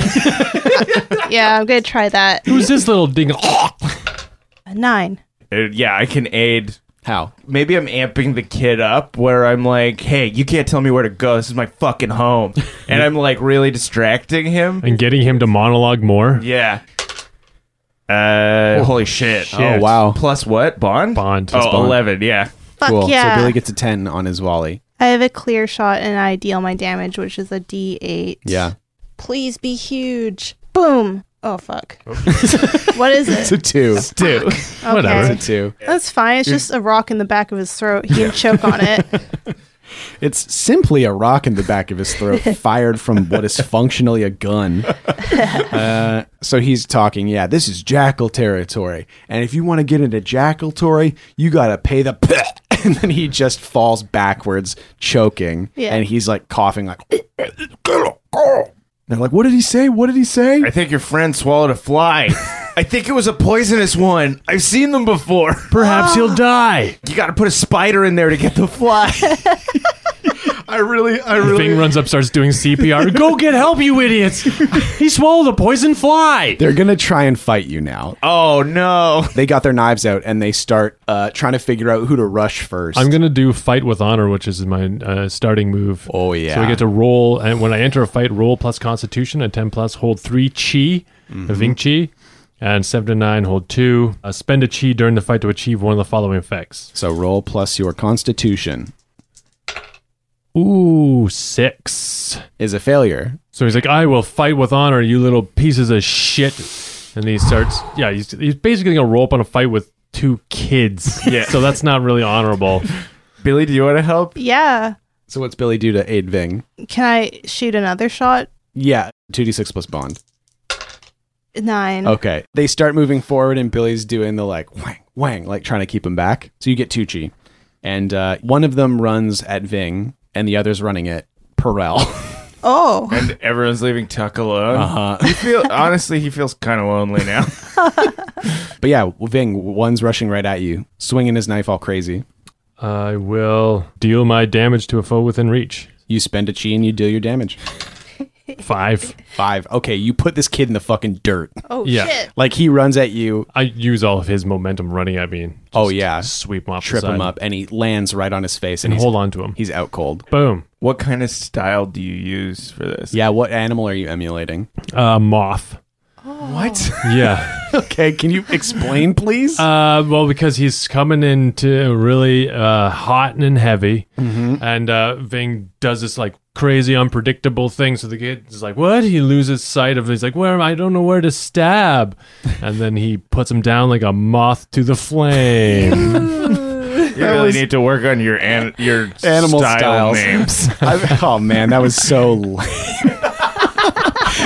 [SPEAKER 4] yeah, I'm going to try that.
[SPEAKER 2] Who's this little ding?
[SPEAKER 4] A nine.
[SPEAKER 3] Uh, yeah, I can aid.
[SPEAKER 1] How?
[SPEAKER 3] Maybe I'm amping the kid up where I'm like, "Hey, you can't tell me where to go. This is my fucking home," and I'm like really distracting him.
[SPEAKER 2] and getting him to monologue more.
[SPEAKER 3] Yeah. Uh, holy shit.
[SPEAKER 1] Oh, wow.
[SPEAKER 3] Plus what? Bond?
[SPEAKER 2] Bond.
[SPEAKER 3] Oh,
[SPEAKER 2] It's Bond.
[SPEAKER 3] 11, yeah.
[SPEAKER 4] Fuck
[SPEAKER 1] Cool.
[SPEAKER 4] yeah.
[SPEAKER 1] So Billy gets a 10 on his volley.
[SPEAKER 4] I have a clear shot and I deal my damage, which is a D8.
[SPEAKER 1] Yeah.
[SPEAKER 4] Please be huge. Boom. Oh, fuck. what is
[SPEAKER 1] It's a
[SPEAKER 4] it?
[SPEAKER 1] two.
[SPEAKER 3] Two.
[SPEAKER 4] Okay.
[SPEAKER 2] whatever.
[SPEAKER 1] It's a two.
[SPEAKER 4] That's fine. It's just a rock in the back of his throat. He can choke on it.
[SPEAKER 1] It's simply a rock in the back of his throat, fired from what is functionally a gun. Uh, so he's talking, yeah, this is jackal territory. And if you want to get into jackal territory, you got to pay the. And then he just falls backwards, choking.
[SPEAKER 4] Yeah.
[SPEAKER 1] And he's like coughing, like. They're like, what did he say? What did he say?
[SPEAKER 3] I think your friend swallowed a fly. I think it was a poisonous one. I've seen them before.
[SPEAKER 2] Perhaps he'll die.
[SPEAKER 3] You got to put a spider in there to get the fly.
[SPEAKER 1] I really, I
[SPEAKER 2] Bing runs up, starts doing CPR. Go get help, you idiots! He swallowed a poison fly.
[SPEAKER 1] They're going to try and fight you now.
[SPEAKER 3] oh, no.
[SPEAKER 1] They got their knives out and they start uh, trying to figure out who to rush 1st
[SPEAKER 2] I'm gonna do fight with honor, which is my uh, starting move.
[SPEAKER 1] Oh, yeah.
[SPEAKER 2] So I get to roll, and when I enter a fight, roll plus Constitution at ten plus, hold three chi,
[SPEAKER 1] Mm-hmm.
[SPEAKER 2] a Ving chi, and seven to nine, hold two. Uh, spend a chi during the fight to achieve one of the following effects.
[SPEAKER 1] So roll plus your constitution
[SPEAKER 2] Ooh, six.
[SPEAKER 1] is a failure.
[SPEAKER 2] So he's like, I will fight with honor, you little pieces of shit. And he starts, yeah, he's, he's basically going to roll up on a fight with two kids.
[SPEAKER 3] Yeah.
[SPEAKER 2] So that's not really honorable.
[SPEAKER 3] Billy, do you want to help?
[SPEAKER 4] Yeah.
[SPEAKER 1] So what's Billy do to aid Ving?
[SPEAKER 4] Can I shoot another shot?
[SPEAKER 1] Yeah, 2d6 plus bond.
[SPEAKER 4] Nine.
[SPEAKER 1] Okay. They start moving forward and Billy's doing the like whang, whang, like trying to keep him back. So you get Tucci. And uh, one of them runs at Ving and the other's running at Perel.
[SPEAKER 4] Oh.
[SPEAKER 3] And everyone's leaving Tuck alone.
[SPEAKER 1] Uh-huh.
[SPEAKER 3] He feel, honestly, he feels kind of lonely now.
[SPEAKER 1] but yeah, Ving, one's rushing right at you, swinging his knife all crazy.
[SPEAKER 2] I will deal my damage to a foe within reach.
[SPEAKER 1] You spend a chi and you deal your damage.
[SPEAKER 2] Five.
[SPEAKER 1] Five. Okay, you put this kid in the fucking dirt.
[SPEAKER 4] Oh
[SPEAKER 2] Yeah.
[SPEAKER 4] shit!
[SPEAKER 1] Like he runs at you.
[SPEAKER 2] I use all of his momentum running at me. and
[SPEAKER 1] Oh
[SPEAKER 2] just
[SPEAKER 1] yeah,
[SPEAKER 2] Sweep him off.
[SPEAKER 1] trip
[SPEAKER 2] the side
[SPEAKER 1] him up, and he lands right on his face, and,
[SPEAKER 2] and
[SPEAKER 1] he's,
[SPEAKER 2] hold on to him.
[SPEAKER 1] he's out cold.
[SPEAKER 2] Boom.
[SPEAKER 3] What kind of style do you use for this?
[SPEAKER 1] Yeah, what animal are you emulating?
[SPEAKER 2] Uh, moth.
[SPEAKER 1] What?
[SPEAKER 2] Yeah.
[SPEAKER 1] okay, can you explain, please?
[SPEAKER 2] uh, well, because he's coming into really uh, hot and heavy,
[SPEAKER 1] Mm-hmm.
[SPEAKER 2] and uh, Ving does this like crazy unpredictable thing. So the kid is like, "What?" He loses sight of. He's like, "Where am I? I don't know where to stab," and then he puts him down like a moth to the flame.
[SPEAKER 3] You really need to work on your an- your
[SPEAKER 1] Animal
[SPEAKER 3] style
[SPEAKER 1] styles.
[SPEAKER 3] names.
[SPEAKER 1] I- oh man, that was so lame.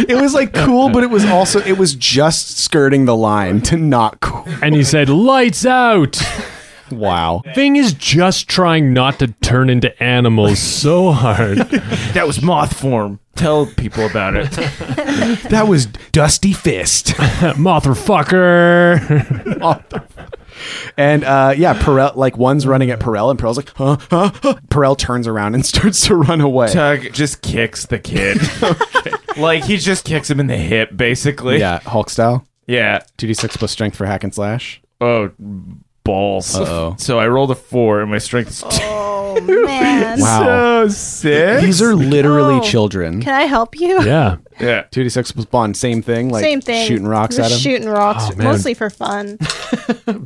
[SPEAKER 1] it was like cool, but it was also it was just skirting the line to not cool.
[SPEAKER 2] and he said, "Lights out."
[SPEAKER 1] Wow,
[SPEAKER 2] Ving is just trying not to turn into animals so hard.
[SPEAKER 3] that was moth form. Tell people about it.
[SPEAKER 1] that was Dusty Fist.
[SPEAKER 2] Motherfucker.
[SPEAKER 1] And uh, yeah, Perel like one's running at Perel, and Perel's like, huh, huh, huh. Perel turns around and starts to run away.
[SPEAKER 3] Tug just kicks the kid. Like he just kicks him in the hip, basically.
[SPEAKER 1] yeah, Hulk style.
[SPEAKER 3] Yeah.
[SPEAKER 1] 2d6 plus strength for hack and slash.
[SPEAKER 3] Oh, balls.
[SPEAKER 1] Uh-oh.
[SPEAKER 3] So I rolled a four, and my strength is two.
[SPEAKER 4] Oh man!
[SPEAKER 1] Wow.
[SPEAKER 3] So sick.
[SPEAKER 1] These are literally
[SPEAKER 4] Oh.
[SPEAKER 1] children.
[SPEAKER 4] Can I help you?
[SPEAKER 2] Yeah.
[SPEAKER 3] Yeah.
[SPEAKER 1] 2d6 plus bond, same thing. Like
[SPEAKER 4] Same thing.
[SPEAKER 1] Shooting rocks
[SPEAKER 4] We're
[SPEAKER 1] at him. Oh,
[SPEAKER 4] Shooting rocks,
[SPEAKER 2] man.
[SPEAKER 4] mostly for fun.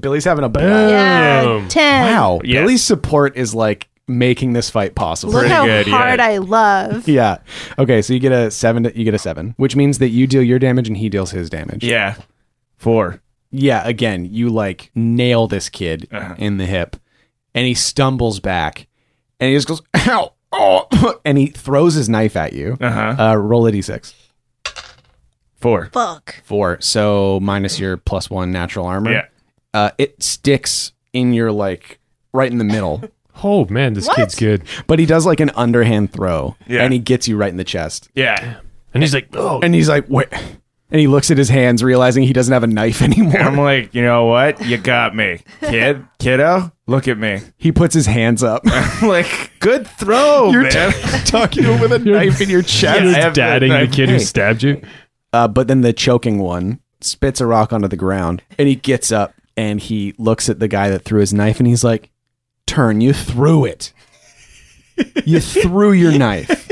[SPEAKER 1] Billy's having a
[SPEAKER 2] Boom.
[SPEAKER 1] bad.
[SPEAKER 4] yeah,
[SPEAKER 2] Damn.
[SPEAKER 4] ten.
[SPEAKER 1] Wow.
[SPEAKER 3] Yeah.
[SPEAKER 1] Billy's support is like making this fight possible.
[SPEAKER 4] Look how
[SPEAKER 3] good, yeah.
[SPEAKER 4] hard I love.
[SPEAKER 1] yeah. Okay, so you get a seven. To, you get a seven, which means that you deal your damage and he deals his damage.
[SPEAKER 3] Yeah. Four.
[SPEAKER 1] Yeah, again, you like nail this kid
[SPEAKER 3] Uh-huh.
[SPEAKER 1] in the hip and he stumbles back and he just goes, ow, oh, and he throws his knife at you.
[SPEAKER 3] Uh-huh.
[SPEAKER 1] Uh, roll a d6.
[SPEAKER 3] Four.
[SPEAKER 4] Fuck.
[SPEAKER 1] Four. So minus your plus one natural armor.
[SPEAKER 3] Yeah.
[SPEAKER 1] Uh, it sticks in your like right in the middle,
[SPEAKER 2] Oh man, this
[SPEAKER 4] What?
[SPEAKER 2] kid's good.
[SPEAKER 1] but he does like an underhand throw
[SPEAKER 3] Yeah.
[SPEAKER 1] and he gets you right in the chest.
[SPEAKER 3] Yeah.
[SPEAKER 2] And he's like, oh,
[SPEAKER 1] And he's like, wait. And he looks at his hands, realizing he doesn't have a knife anymore.
[SPEAKER 3] I'm like, you know what? You got me. Kid, kiddo, look at me.
[SPEAKER 1] he puts his hands up.
[SPEAKER 3] I'm like, good throw,
[SPEAKER 1] You're
[SPEAKER 3] man.
[SPEAKER 1] talking to him with a knife in your chest.
[SPEAKER 2] you're
[SPEAKER 3] I have
[SPEAKER 2] dadding
[SPEAKER 3] that
[SPEAKER 2] the
[SPEAKER 3] knife.
[SPEAKER 2] kid who
[SPEAKER 1] Hey.
[SPEAKER 2] stabbed you.
[SPEAKER 1] Uh, but then the choking one spits a rock onto the ground and he gets up and he looks at the guy that threw his knife and he's like, Turn, you threw it. You threw your knife.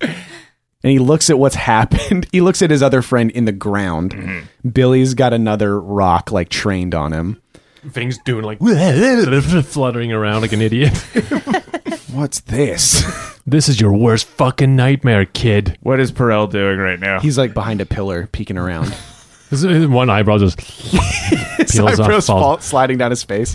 [SPEAKER 1] and he looks at what's happened. He looks at his other friend in the ground. Mm-hmm. Billy's got another rock like trained on him.
[SPEAKER 2] Thing's doing like fluttering around like an idiot.
[SPEAKER 1] What's this?
[SPEAKER 2] This is your worst fucking nightmare, kid.
[SPEAKER 3] What is Perel doing right now?
[SPEAKER 1] He's like behind a pillar peeking around.
[SPEAKER 2] This is- One eyebrow just
[SPEAKER 1] His
[SPEAKER 2] Peels off,
[SPEAKER 1] eyebrows
[SPEAKER 2] falls.
[SPEAKER 1] fall, sliding down his face.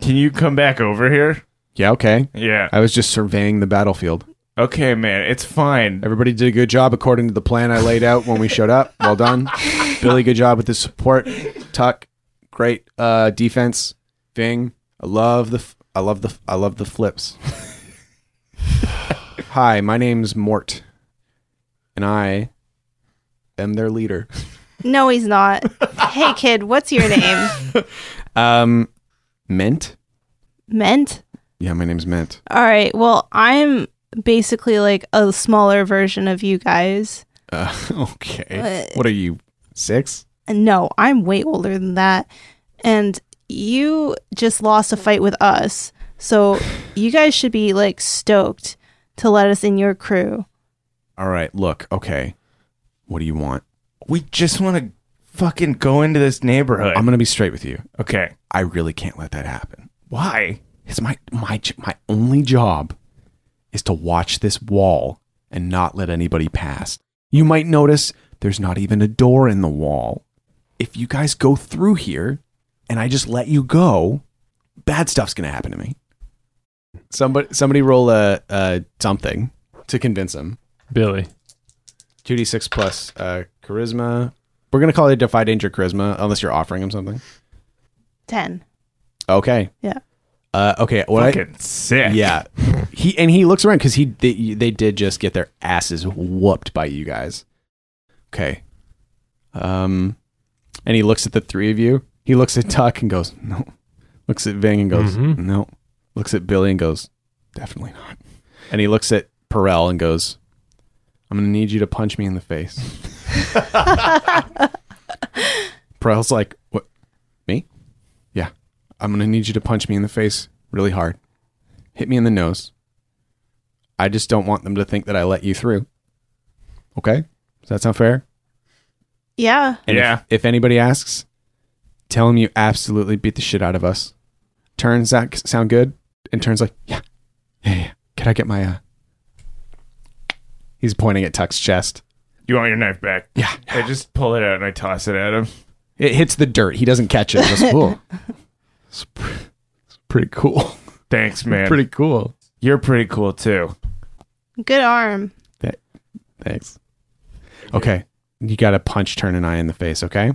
[SPEAKER 3] Can you come back over here?
[SPEAKER 1] Yeah, okay.
[SPEAKER 3] Yeah.
[SPEAKER 1] I was just surveying the battlefield.
[SPEAKER 3] Okay, man. It's fine.
[SPEAKER 1] Everybody did a good job according to the plan I laid out when we showed up. Well done. Billy, good job with the support. Tuck, great uh, defense. Ving, I love the f- I love the f- I love the flips. Hi, my name's Mort, and I am their leader.
[SPEAKER 4] No, he's not. hey, kid, what's your name?
[SPEAKER 1] Um, Mint.
[SPEAKER 4] Ment.
[SPEAKER 1] Yeah, my name's Mint.
[SPEAKER 4] All right. Well, I'm basically like a smaller version of you guys.
[SPEAKER 1] Uh, okay.
[SPEAKER 4] What?
[SPEAKER 1] What are you? Six?
[SPEAKER 4] And no, I'm way older than that. And you just lost a fight with us. So you guys should be like stoked to let us in your crew.
[SPEAKER 1] All right. Look. Okay. What do you want?
[SPEAKER 3] We just want to fucking go into this neighborhood.
[SPEAKER 1] I'm gonna be straight with you.
[SPEAKER 3] okay.
[SPEAKER 1] I really can't let that happen.
[SPEAKER 3] Why?
[SPEAKER 1] It's my my j- my only job is to watch this wall and not let anybody pass. You might notice there's not even a door in the wall. If you guys go through here and I just let you go, bad stuff's gonna happen to me. Somebody somebody roll a, a something to convince him.
[SPEAKER 2] Billy.
[SPEAKER 1] Two d six plus uh, charisma. We're gonna call it defy danger charisma unless you're offering him something.
[SPEAKER 4] 10.
[SPEAKER 1] Okay.
[SPEAKER 4] Yeah.
[SPEAKER 1] Uh, okay. What I,
[SPEAKER 3] fucking sick.
[SPEAKER 1] Yeah, he and he looks around because he they, they did just get their asses whooped by you guys. Okay, um, and he looks at the three of you. He looks at Tuck and goes no. Looks at Ving and goes
[SPEAKER 2] Mhm.
[SPEAKER 1] no. Looks at Billy and goes definitely not. And he looks at Perel and goes, I'm gonna need you to punch me in the face. Prell's like, what? Me? Yeah. I'm gonna need you to punch me in the face really hard. Hit me in the nose. I just don't want them to think that I let you through. Okay? Does that sound fair?
[SPEAKER 4] Yeah.
[SPEAKER 1] And if-
[SPEAKER 3] Yeah.
[SPEAKER 1] If, anybody asks, tell them you absolutely beat the shit out of us. Turns that c- sound good, and turns like, yeah, yeah, yeah. Can I get my? uh He's pointing at Tuck's chest.
[SPEAKER 3] You want your knife back?
[SPEAKER 1] Yeah.
[SPEAKER 3] I just pull it out and I toss it at him.
[SPEAKER 1] It hits the dirt. He doesn't catch it. Just, "Whoa." It's, pre- it's pretty cool.
[SPEAKER 3] Thanks, man.
[SPEAKER 1] Pretty cool.
[SPEAKER 3] You're pretty cool too.
[SPEAKER 4] Good arm.
[SPEAKER 1] Thanks. Okay. You got to punch turn an eye in the face, okay?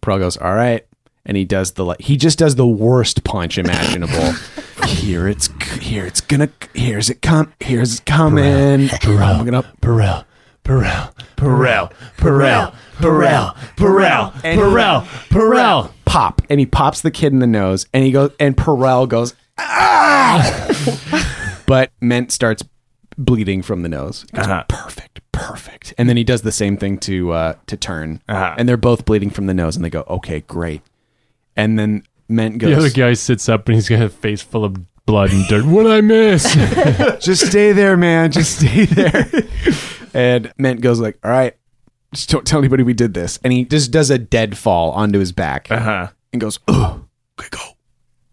[SPEAKER 1] Pearl goes, all right. And he does the like he just does the worst punch imaginable. here it's c- here it's gonna here's it come here's it coming. I'm gonna
[SPEAKER 2] Perel, Perel,
[SPEAKER 3] Perel, Perel, Perel, Perel, Perel.
[SPEAKER 2] Perel.
[SPEAKER 1] pop and he pops the kid in the nose and he goes and Perel goes ah! but Ment starts bleeding from the nose. He goes,
[SPEAKER 3] Uh-huh.
[SPEAKER 1] Perfect, perfect. And then he does the same thing to uh, to turn,
[SPEAKER 3] Uh-huh.
[SPEAKER 1] and they're both bleeding from the nose, and they go, "Okay, great." And then Ment
[SPEAKER 2] The other
[SPEAKER 1] goes,
[SPEAKER 2] guy sits up and he's got a face full of blood and dirt. What I miss?
[SPEAKER 1] "Just stay there, man. Just stay there." and Ment goes like, "All right." Just don't tell anybody we did this. And he just does a dead fall onto his back
[SPEAKER 3] Uh huh.
[SPEAKER 1] and goes, Ugh, okay, go,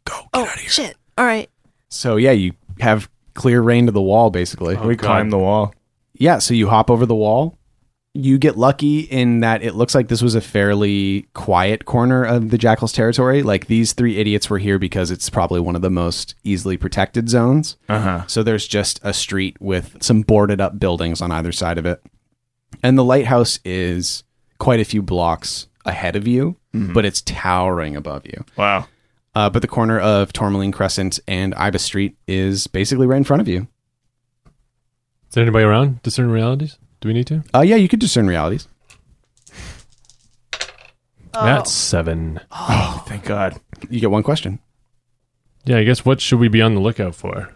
[SPEAKER 1] go, get
[SPEAKER 4] Oh
[SPEAKER 1] out of here.
[SPEAKER 4] shit. All right.
[SPEAKER 1] So yeah, you have clear rain to the wall basically.
[SPEAKER 3] We climb the wall.
[SPEAKER 1] Yeah, so you hop over the wall. You get lucky in that it looks like this was a fairly quiet corner of the Jackal's territory. Like these three idiots were here because it's probably one of the most easily protected zones.
[SPEAKER 3] Uh huh.
[SPEAKER 1] So there's just a street with some boarded up buildings on either side of it. And the lighthouse is quite a few blocks ahead of you, but it's towering above you.
[SPEAKER 3] Wow.
[SPEAKER 1] Uh, but the corner of Tourmaline Crescent and Ibis Street is basically right in front of you.
[SPEAKER 2] Is there anybody around? Discern realities? Do we need to?
[SPEAKER 1] Uh, yeah, you could discern realities.
[SPEAKER 4] Oh.
[SPEAKER 2] That's seven.
[SPEAKER 3] Thank God.
[SPEAKER 1] You get one question.
[SPEAKER 2] Yeah, I guess what should we be on the lookout for?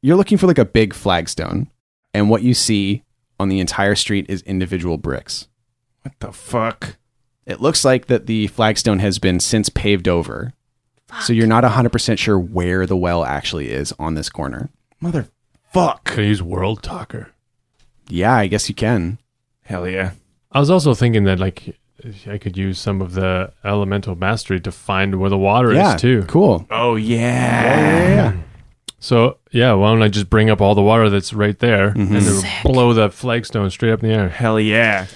[SPEAKER 1] You're looking for like a big flagstone, and what you see on the entire street is individual bricks.
[SPEAKER 3] What the fuck?
[SPEAKER 1] It looks like that the flagstone has been since paved over. So you're not 100% sure where the well actually is on this corner.
[SPEAKER 3] Mother fuck.
[SPEAKER 2] Could I use World Talker?
[SPEAKER 1] Yeah, I guess you can.
[SPEAKER 3] Hell yeah.
[SPEAKER 2] I was also thinking that like I could use some of the elemental mastery to find where the water
[SPEAKER 1] yeah,
[SPEAKER 2] is too.
[SPEAKER 1] cool.
[SPEAKER 3] Oh yeah.
[SPEAKER 1] Yeah.
[SPEAKER 2] So yeah, why don't I just bring up all the water that's right there
[SPEAKER 1] Mm-hmm.
[SPEAKER 2] and then blow that flagstone straight up in the air?
[SPEAKER 3] Hell yeah.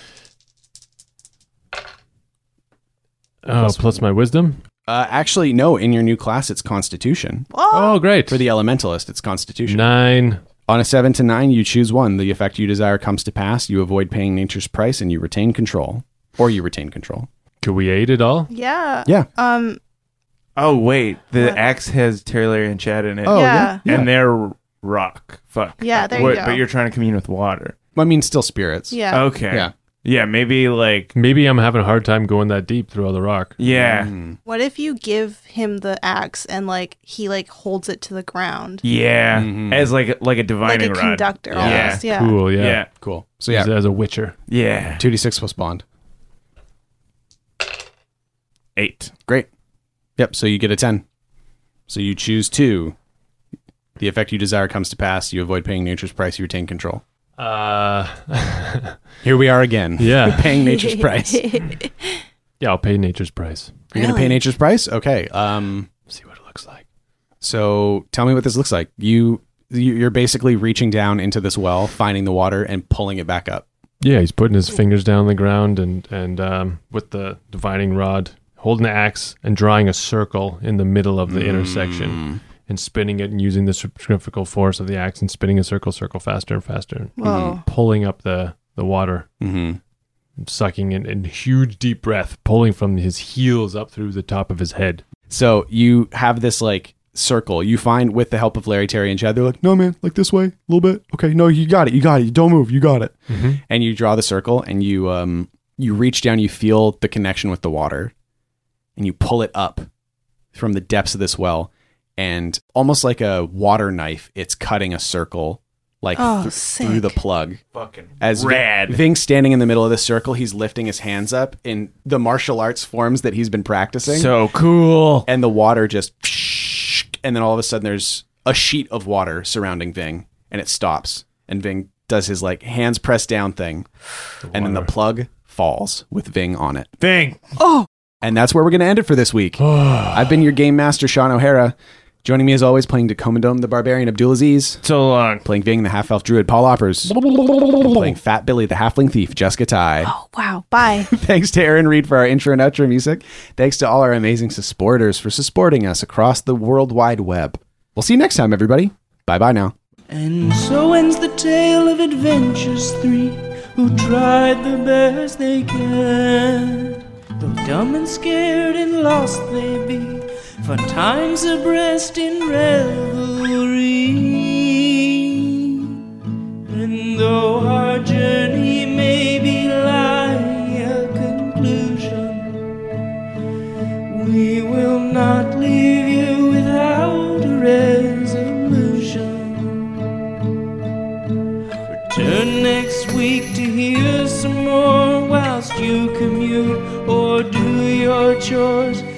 [SPEAKER 2] Oh, plus, my wisdom.
[SPEAKER 1] Uh, actually, no, in your new class, it's Constitution.
[SPEAKER 2] Oh, great.
[SPEAKER 1] For the Elementalist, it's Constitution.
[SPEAKER 2] Nine.
[SPEAKER 1] On a seven to nine, you choose one. The effect you desire comes to pass. You avoid paying nature's price, and you retain control, or you retain control.
[SPEAKER 2] Could we aid it all?
[SPEAKER 4] Yeah.
[SPEAKER 1] Yeah.
[SPEAKER 4] Um.
[SPEAKER 3] Oh wait, the axe has Taylor and Chad in it.
[SPEAKER 1] Oh,
[SPEAKER 4] yeah.
[SPEAKER 1] yeah.
[SPEAKER 3] And they're rock. Fuck.
[SPEAKER 4] Yeah, there you
[SPEAKER 3] Wait,
[SPEAKER 4] go.
[SPEAKER 3] But you're trying to commune with water.
[SPEAKER 1] I mean, still spirits.
[SPEAKER 4] Yeah.
[SPEAKER 3] Okay.
[SPEAKER 1] Yeah.
[SPEAKER 3] Yeah. Maybe like.
[SPEAKER 2] Maybe I'm having a hard time going that deep through all the rock.
[SPEAKER 3] Yeah.
[SPEAKER 1] Mm-hmm.
[SPEAKER 4] What if you give him the axe and like he like holds it to the ground
[SPEAKER 3] Yeah.
[SPEAKER 1] Mhm.
[SPEAKER 3] As like like a
[SPEAKER 4] like
[SPEAKER 3] divining
[SPEAKER 4] a
[SPEAKER 3] rod.
[SPEAKER 4] conductor
[SPEAKER 1] Yeah.
[SPEAKER 4] almost? Yeah.
[SPEAKER 2] Cool. Yeah.
[SPEAKER 3] Yeah.
[SPEAKER 1] Cool. So yeah,
[SPEAKER 2] As, as a witcher.
[SPEAKER 3] Yeah.
[SPEAKER 1] two d six plus bond.
[SPEAKER 3] Eight.
[SPEAKER 1] Great. Yep. So you get a ten. So you choose two. The effect you desire comes to pass. You avoid paying nature's price. You retain control.
[SPEAKER 2] Uh,
[SPEAKER 1] Here we are again.
[SPEAKER 2] Yeah.
[SPEAKER 1] paying nature's price. You're
[SPEAKER 2] yeah. I'll pay nature's price.
[SPEAKER 1] gonna pay nature's price. Okay. Um.
[SPEAKER 2] See what it looks like.
[SPEAKER 1] So tell me what this looks like. You you- you're basically reaching down into this well, finding the water, and pulling it back up.
[SPEAKER 2] Yeah, he's putting his fingers down on the ground and and um, with the divining rod, holding the axe and drawing a circle in the middle of the intersection and spinning it and using the centrifugal force of the axe and spinning a circle, circle faster and faster, and
[SPEAKER 4] Whoa.
[SPEAKER 2] pulling up the the water,
[SPEAKER 1] Mm-hmm.
[SPEAKER 2] and sucking in in huge deep breath, pulling from his heels up through the top of his head.
[SPEAKER 1] So you have this like circle. You find with the help of Larry, Terry, and Chad, they're like, no, man, like this way, a little bit. Okay, no, you got it. You got it. You don't move. You got it. And you draw the circle and you, um, you reach down, you feel the connection with the water and you pull it up from the depths of this well. And almost like a water knife, it's cutting a circle like
[SPEAKER 4] Oh,
[SPEAKER 1] th-
[SPEAKER 4] sick.
[SPEAKER 1] through the plug.
[SPEAKER 3] Fucking
[SPEAKER 1] As Ving-
[SPEAKER 3] rad.
[SPEAKER 1] Ving's standing in the middle of the circle, he's lifting his hands up in the martial arts forms that he's been practicing.
[SPEAKER 3] so cool.
[SPEAKER 1] and the water just and then all of a sudden there's a sheet of water surrounding Ving and it stops and Ving does his like hands pressed down thing and then the plug falls with Ving on it.
[SPEAKER 3] Thing.
[SPEAKER 1] And that's where we're going to end it for this week. I've been your game master Sean O'Hara. Joining me as always playing Dacomandome the Barbarian Abdulaziz,
[SPEAKER 3] So long.
[SPEAKER 1] playing Ving the half-elf druid Paul Oppers, and playing Fat Billy the halfling thief Jessica Ty.
[SPEAKER 4] Oh, wow. Bye.
[SPEAKER 1] Thanks to Aaron Reed for our intro and outro music. Thanks to all our amazing supporters for supporting us across the World Wide Web. We'll see you next time, everybody. Bye bye now.
[SPEAKER 5] And so ends the tale of adventures three who tried the best they can. Though dumb and scared and lost they be, for time's abreast in revelry. And though our journey may be lie a conclusion, we will not leave you without a resolution. Return next week to hear some more whilst you commute or do your chores